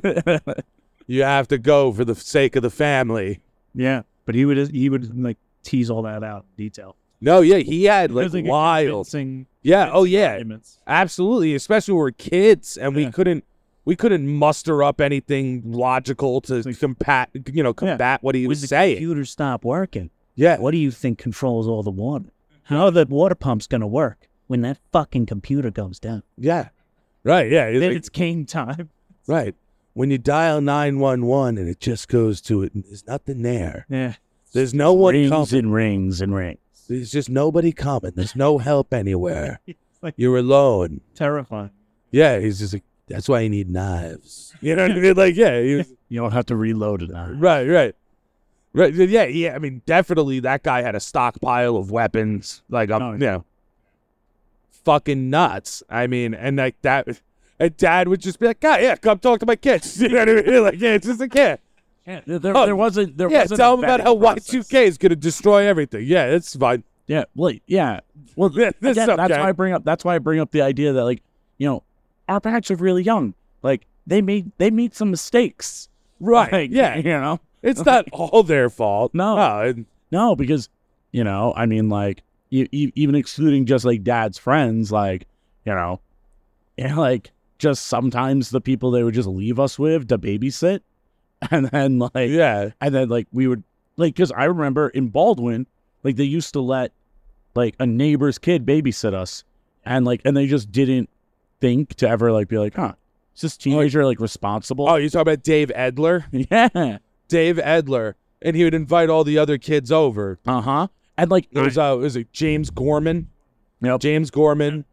C: you have to go for the sake of the family.
D: Yeah. But he would, he would like tease all that out in detail.
C: No, yeah, he had like,
D: There's, like, a
C: wild.
D: convincing
C: Yeah, oh yeah,
D: arguments.
C: absolutely. Especially when we we're kids and we
D: Yeah.
C: couldn't we couldn't muster up anything logical to
D: like-
C: combat you know combat what he
D: When
C: was
D: the
C: saying.
D: computer stop working,
C: Yeah,
D: what do you think controls all the water? How the water pump's gonna work when that fucking computer goes down?
C: yeah. Right. Yeah.
F: Then
C: like-
F: it's game
D: (laughs)
F: time.
C: right. When you dial nine one one and it just goes to it, and there's nothing there.
F: Yeah.
C: There's no one
D: rings
C: coming.
D: and rings and rings.
C: There's just nobody coming. There's no help
D: (laughs)
C: anywhere.
F: like-
C: You're alone.
F: Terrifying.
C: Yeah. He's just like, that's why you need knives. You know what I mean? Like, yeah. He was, (laughs)
D: You don't have to reload it. now.
C: Right, right. Right. Yeah, yeah. I mean, definitely that guy had a stockpile of weapons. Like, I'm,
D: No.
C: you know, fucking nuts. I mean, and like that, and dad would just be like, God, yeah, come talk to my kids. (laughs) You know what I mean? Like, yeah, it's just a kid.
D: Yeah, there, there,
C: Oh,
D: there wasn't. There
C: Yeah,
D: wasn't
C: tell
D: a
C: him about
D: vetting
C: how
D: process.
C: Y2K is going to destroy everything. Yeah, it's fine. (laughs)
D: Yeah, well, yeah. Well,
C: Yeah, this
D: again, that's
C: okay.
D: why I bring up. That's why I bring up the idea that like, you know, our parents are really young. Like they made they made some mistakes.
C: Right.
D: Like,
C: yeah.
D: (laughs) you know.
C: It's
D: (laughs)
C: not all their fault.
D: No.
C: and-
D: No, because you know, I mean, like e- e- even excluding just like dad's friends, like you know, (laughs) yeah, like just sometimes the people they would just leave us with to babysit, (laughs) and then like
C: yeah.
D: and then like we would like because I remember in Baldwin, like they used to let like a neighbor's kid babysit us, and like and they just didn't think to ever like be like, huh, is this teenager like responsible?
C: Oh, you're talking about Dave Edler?
D: (laughs) yeah,
C: Dave Edler. And he would invite all the other kids over.
D: uh huh, and like
C: It was uh, it was it James Gorman?
D: Yep.
C: James
D: (laughs)
C: Gorman,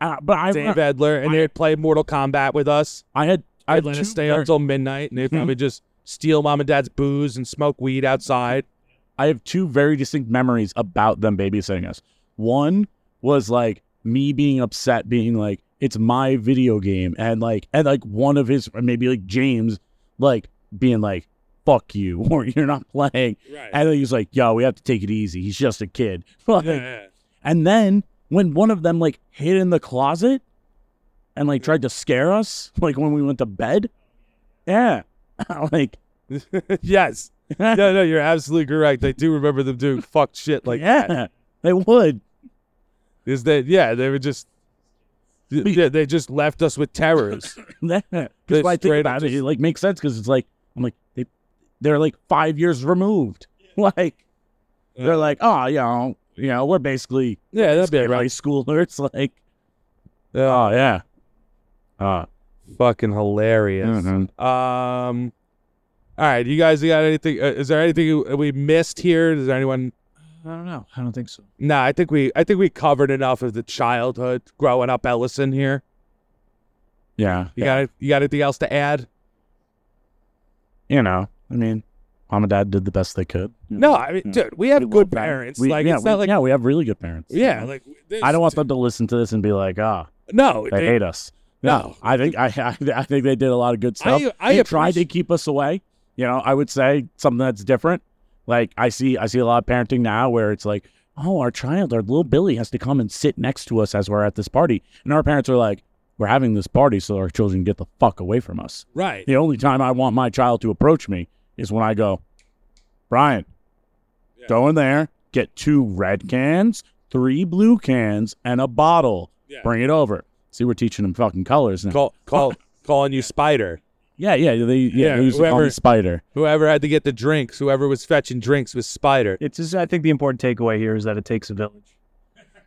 D: uh, but I
C: Dave Edler, and they'd play Mortal Kombat with us.
D: I had I
C: I'd
D: had
C: let
D: two Hmm.
C: us stay
D: very-
C: up till midnight, and they'd probably just steal mom and dad's booze and smoke weed outside.
D: I have two very distinct memories about them babysitting us. One was like me being upset, being like, it's my video game. And like, and like one of his, or maybe like James, like being like, fuck you, (laughs) or you're not playing.
C: Right.
D: And then he's like, yo, we have to take it easy. He's just a kid. (laughs) Like, And then when one of them like hid in the closet and like tried to scare us, (laughs) like when we went to bed. Yeah. (laughs) like,
C: (laughs) yes. No, no, you're absolutely correct. I do remember them
D: (laughs)
C: doing fucked shit like
D: yeah,
C: that.
D: they would. (laughs)
C: Is that yeah? They were just yeah. They just left us with
D: (laughs)
C: terrors.
D: That's
C: They
D: why I think
C: straight up
D: about it.
C: just-
D: It like makes sense because it's like I'm like they, they're like five years removed. (laughs) Like they're like, oh, you know, you know, we're basically
C: yeah, that'd be
D: high
C: right.
D: schoolers. Like,
C: Oh,
D: oh yeah, uh,
C: fucking hilarious.
D: mhm.
C: Um, all right, you guys got anything? Uh, is there anything you- we missed here? Is there anyone?
F: I don't know. I don't think so.
C: No, I think we I think we covered enough of the childhood growing up Ellison here.
D: yeah, Mm.
C: You got you got anything else to add?
D: you know, I mean, mom and dad did the best they could.
C: No, I mean,
D: Yeah.
C: dude, we have
D: Mm. We
C: good
D: love them.
C: parents.
D: We-
C: like
D: yeah,
C: it's
D: we,
C: not like
D: yeah, we have really good parents.
C: yeah, like
D: I don't want them to listen to this and be like, ah,
C: No,
D: they
C: it-
D: hate us.
C: No.
D: I think I, I I think they did a lot of good stuff.
C: I- I
D: they tried to
C: appreciate-
D: keep us away. You know, I would say something that's different. Like I see I see a lot of parenting now where it's like, oh, our child, our little Billy has to come and sit next to us as we're at this party, and our parents are like, we're having this party so our children get the fuck away from us.
C: right.
D: The only time I want my child to approach me is when I go, Brian, go in there, get two red cans, three blue cans, and a bottle.
C: Yeah.
D: Bring it over. See, we're teaching them fucking colors now.
C: Call call calling you Spider.
D: Yeah, yeah, they,
C: Yeah,
D: yeah. Who's
C: whoever-
D: on Spider?
C: Whoever had to get the drinks, whoever was fetching drinks was Spider.
F: It's just, I think the important takeaway here is that it takes a village.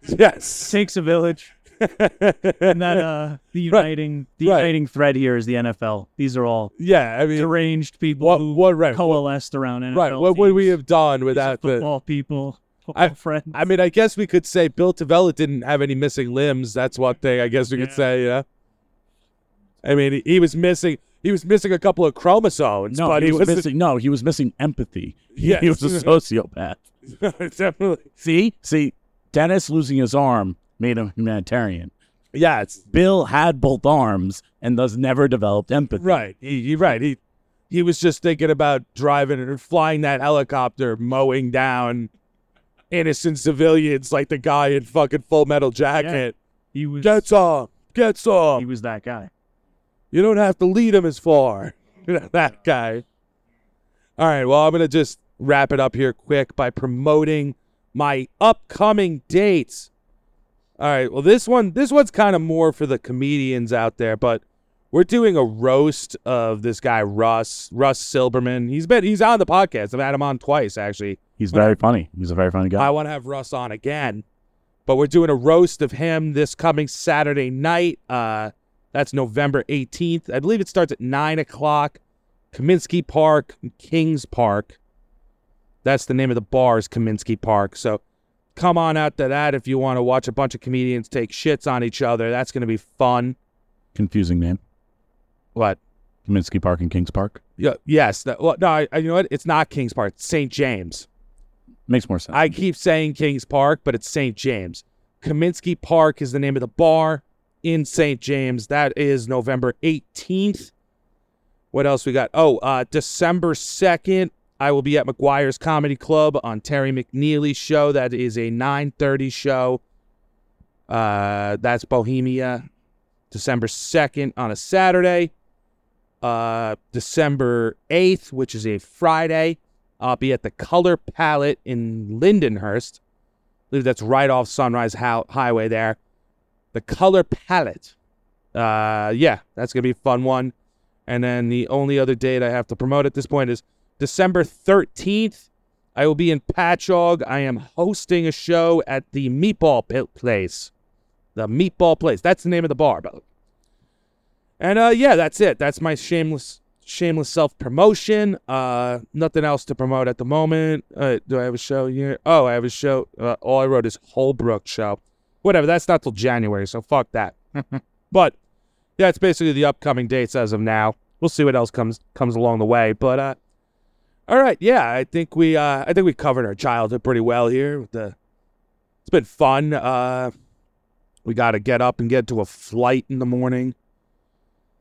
C: Yes. (laughs)
F: takes a village.
D: (laughs)
F: And that uh, the
C: Right.
F: uniting the
C: Right.
F: uniting thread here is the NFL. These are all
C: yeah, I mean,
F: deranged people
C: what
F: who
C: what right
F: coalesced around NFL.
C: right? What would we
F: teams.
C: have done
F: These are
C: without the
F: football people, football
C: I-
F: friends?
C: I mean, I guess we could say Bill Tavella didn't have any missing limbs. That's one thing I guess we could say. Yeah. I mean, he, he was missing. He was missing a couple of chromosomes,
D: No,
C: but
D: he was
C: wasn't-
D: missing. (laughs) No, he was missing empathy.
C: Yes. (laughs)
D: he was a sociopath.
C: definitely.
D: See, see, Dennis losing his arm made him humanitarian.
C: Yeah, it's
D: Bill had both arms and thus never developed empathy.
C: right. He, you're right. He he was just thinking about driving or flying that helicopter, mowing down innocent civilians like the guy in fucking Full Metal Jacket.
F: he was
C: Get some, get
F: he
C: some.
F: was that guy.
C: You don't have to lead him as far. (laughs) that guy. All right. Well, I'm going to just wrap it up here quick by promoting my upcoming dates. All right. Well, this one, this one's kind of more for the comedians out there, but we're doing a roast of this guy, Russ, Russ Silberman. He's been, he's on the podcast. I've had him on twice, actually.
D: He's very funny. He's a very funny guy.
C: I want to have Russ on again, but we're doing a roast of him this coming Saturday night. Uh, That's November 18th. I believe it starts at 9 o'clock. Kaminsky Park, Kings Park. That's the name of the bar is Kaminsky Park. So come on out to that if you want to watch a bunch of comedians take shits on each other. That's going to be fun.
B: Confusing name.
C: What?
B: Kaminsky Park and Kings Park.
C: Yeah, yes. That, well, no, I, I- you know what? It's not Kings Park. It's St. James.
B: Makes more sense.
C: I keep saying Kings Park, but it's St. James. Kaminsky Park is the name of the bar in St. James. That is November 18th. What else we got? Oh, uh, December 2nd, I will be at McGuire's Comedy Club on Terry McNeely's show. That is a 9.30 show. Uh, that's Bohemia. December 2nd on a Saturday. Uh, December 8th, which is a Friday. I'll be at the Color Palette in Lindenhurst. I believe that's right off Sunrise How- Highway there. The Color Palette. Uh, yeah, that's going to be a fun one. And then the only other date I have to promote at this point is December 13th. I will be in Patchogue. I am hosting a show at the Meatball Pil- Place. The Meatball Place. That's the name of the bar, by the way. And uh, yeah, that's it. That's my shameless, shameless self promotion. Uh, nothing else to promote at the moment. Uh, do I have a show here? Oh, I have a show. Uh, all I wrote is Holbrook show. Whatever. That's not till January, so fuck that. but yeah, it's basically the upcoming dates as of now. We'll see what else comes comes along the way. But uh, all right, yeah, I think we uh, I think we covered our childhood pretty well here. With the it's been fun. Uh, we got to get up and get to a flight in the morning.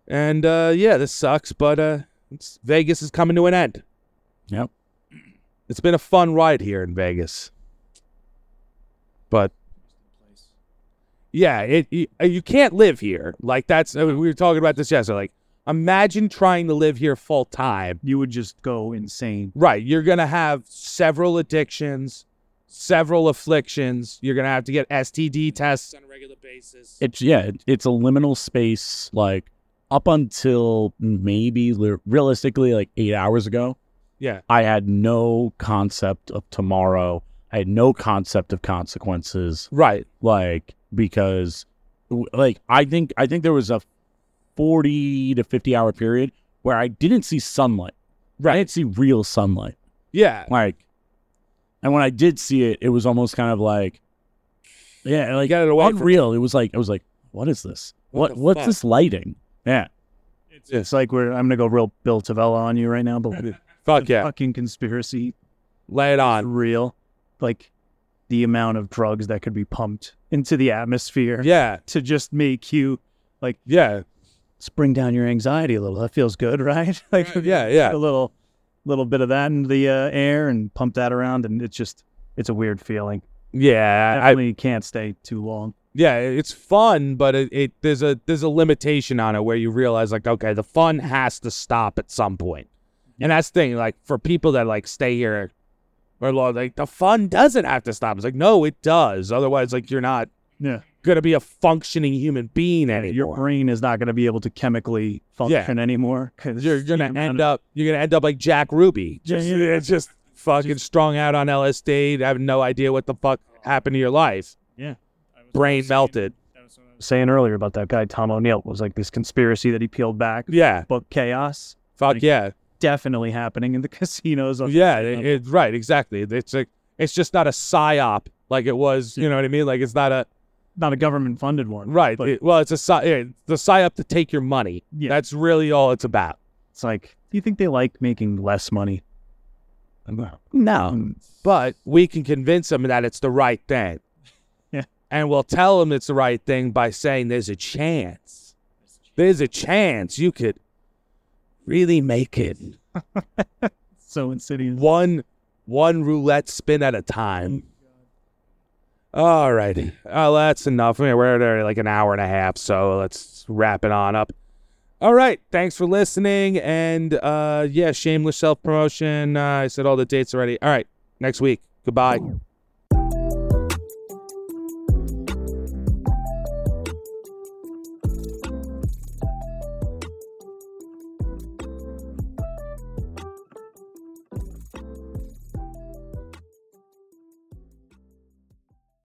C: And uh, yeah, this sucks, but uh, it's, Vegas is coming to an end.
B: yep.
C: It's been a fun ride here in Vegas, but yeah, it you, uh, you can't live here. Like that's uh, we were talking about this yesterday. Like imagine trying to live here full time.
D: You would just go insane.
C: Right, you're gonna have several addictions, several afflictions. You're gonna have to get STD tests on a regular basis.
B: It's yeah. It, it's a liminal space. Like up until maybe li- realistically, like eight hours ago,
C: yeah,
B: I had no concept of tomorrow. I had no concept of consequences.
C: right.
B: Like because, w- like I think I think there was a forty to fifty hour period where I didn't see sunlight. I
C: Right.
B: didn't see real sunlight.
C: Yeah.
B: Like, and when I did see it, it was almost kind of like, yeah, like
C: got it away from-
B: unreal. It was like I was like, what is this?
C: What
B: What,
C: the
B: what's
C: fuck?
B: this lighting? Yeah,
D: It's, it's like we're I'm gonna go real Bill Tavella on you right now, but
C: Fuck yeah.
D: fucking conspiracy
C: Lay it on.
D: real. Like the amount of drugs that could be pumped into the atmosphere
C: Yeah.
D: to just make you
C: Yeah.
D: let's bring down your anxiety a little. That feels good, (laughs) right? like
C: Yeah. Yeah.
D: a little little bit of that in the uh, air and pump that around and it's just it's a weird feeling.
C: Yeah. I,
D: Definitely can't stay too long.
C: yeah, it's fun, but it, it there's a there's a limitation on it where you realize like, okay, the fun has to stop at some point. And that's the thing, like for people that like stay here or lo- like the fun doesn't have to stop. It's like, no, it does. Otherwise, like you're not
D: Yeah.
C: gonna be a functioning human being anymore.
D: Your brain is not going to be able to chemically function anymore. Cause
C: you're
D: the
C: gonna
D: amount
C: end
D: of-
C: up you're gonna end up like Jack Ruby, just it's just fucking strung out on LSD, have no idea what the fuck happened to your life.
D: Yeah.
C: brain melted.
D: saying earlier about that guy Tom O'Neill was like this conspiracy that he peeled back,
C: Yeah,
D: but chaos
C: fuck
D: Like,
C: yeah.
D: definitely happening in the (laughs) casinos. on-
C: Yeah, it, it- right, exactly. It's like it's just not a psyop like it was. You know what I mean? Like it's not a
D: not a government funded one,
C: right.
D: But
C: it- well, it's a psy- yeah, it's the psyop to take your money.
D: Yeah.
C: That's really all it's about.
D: it's like, do you think they like making less money?
C: No, but we can convince them that it's the right thing.
D: Yeah.
C: and we'll tell them it's the right thing by saying there's a chance. There's a chance you could really make it
D: So insidious.
C: one one roulette spin at a time. All righty. Uh, that's enough. I mean, we're there like an hour and a half, so let's wrap it on up. All right. Thanks for listening. And uh, yeah, shameless self promotion. Uh, I said all the dates already. All right. Next week. Goodbye.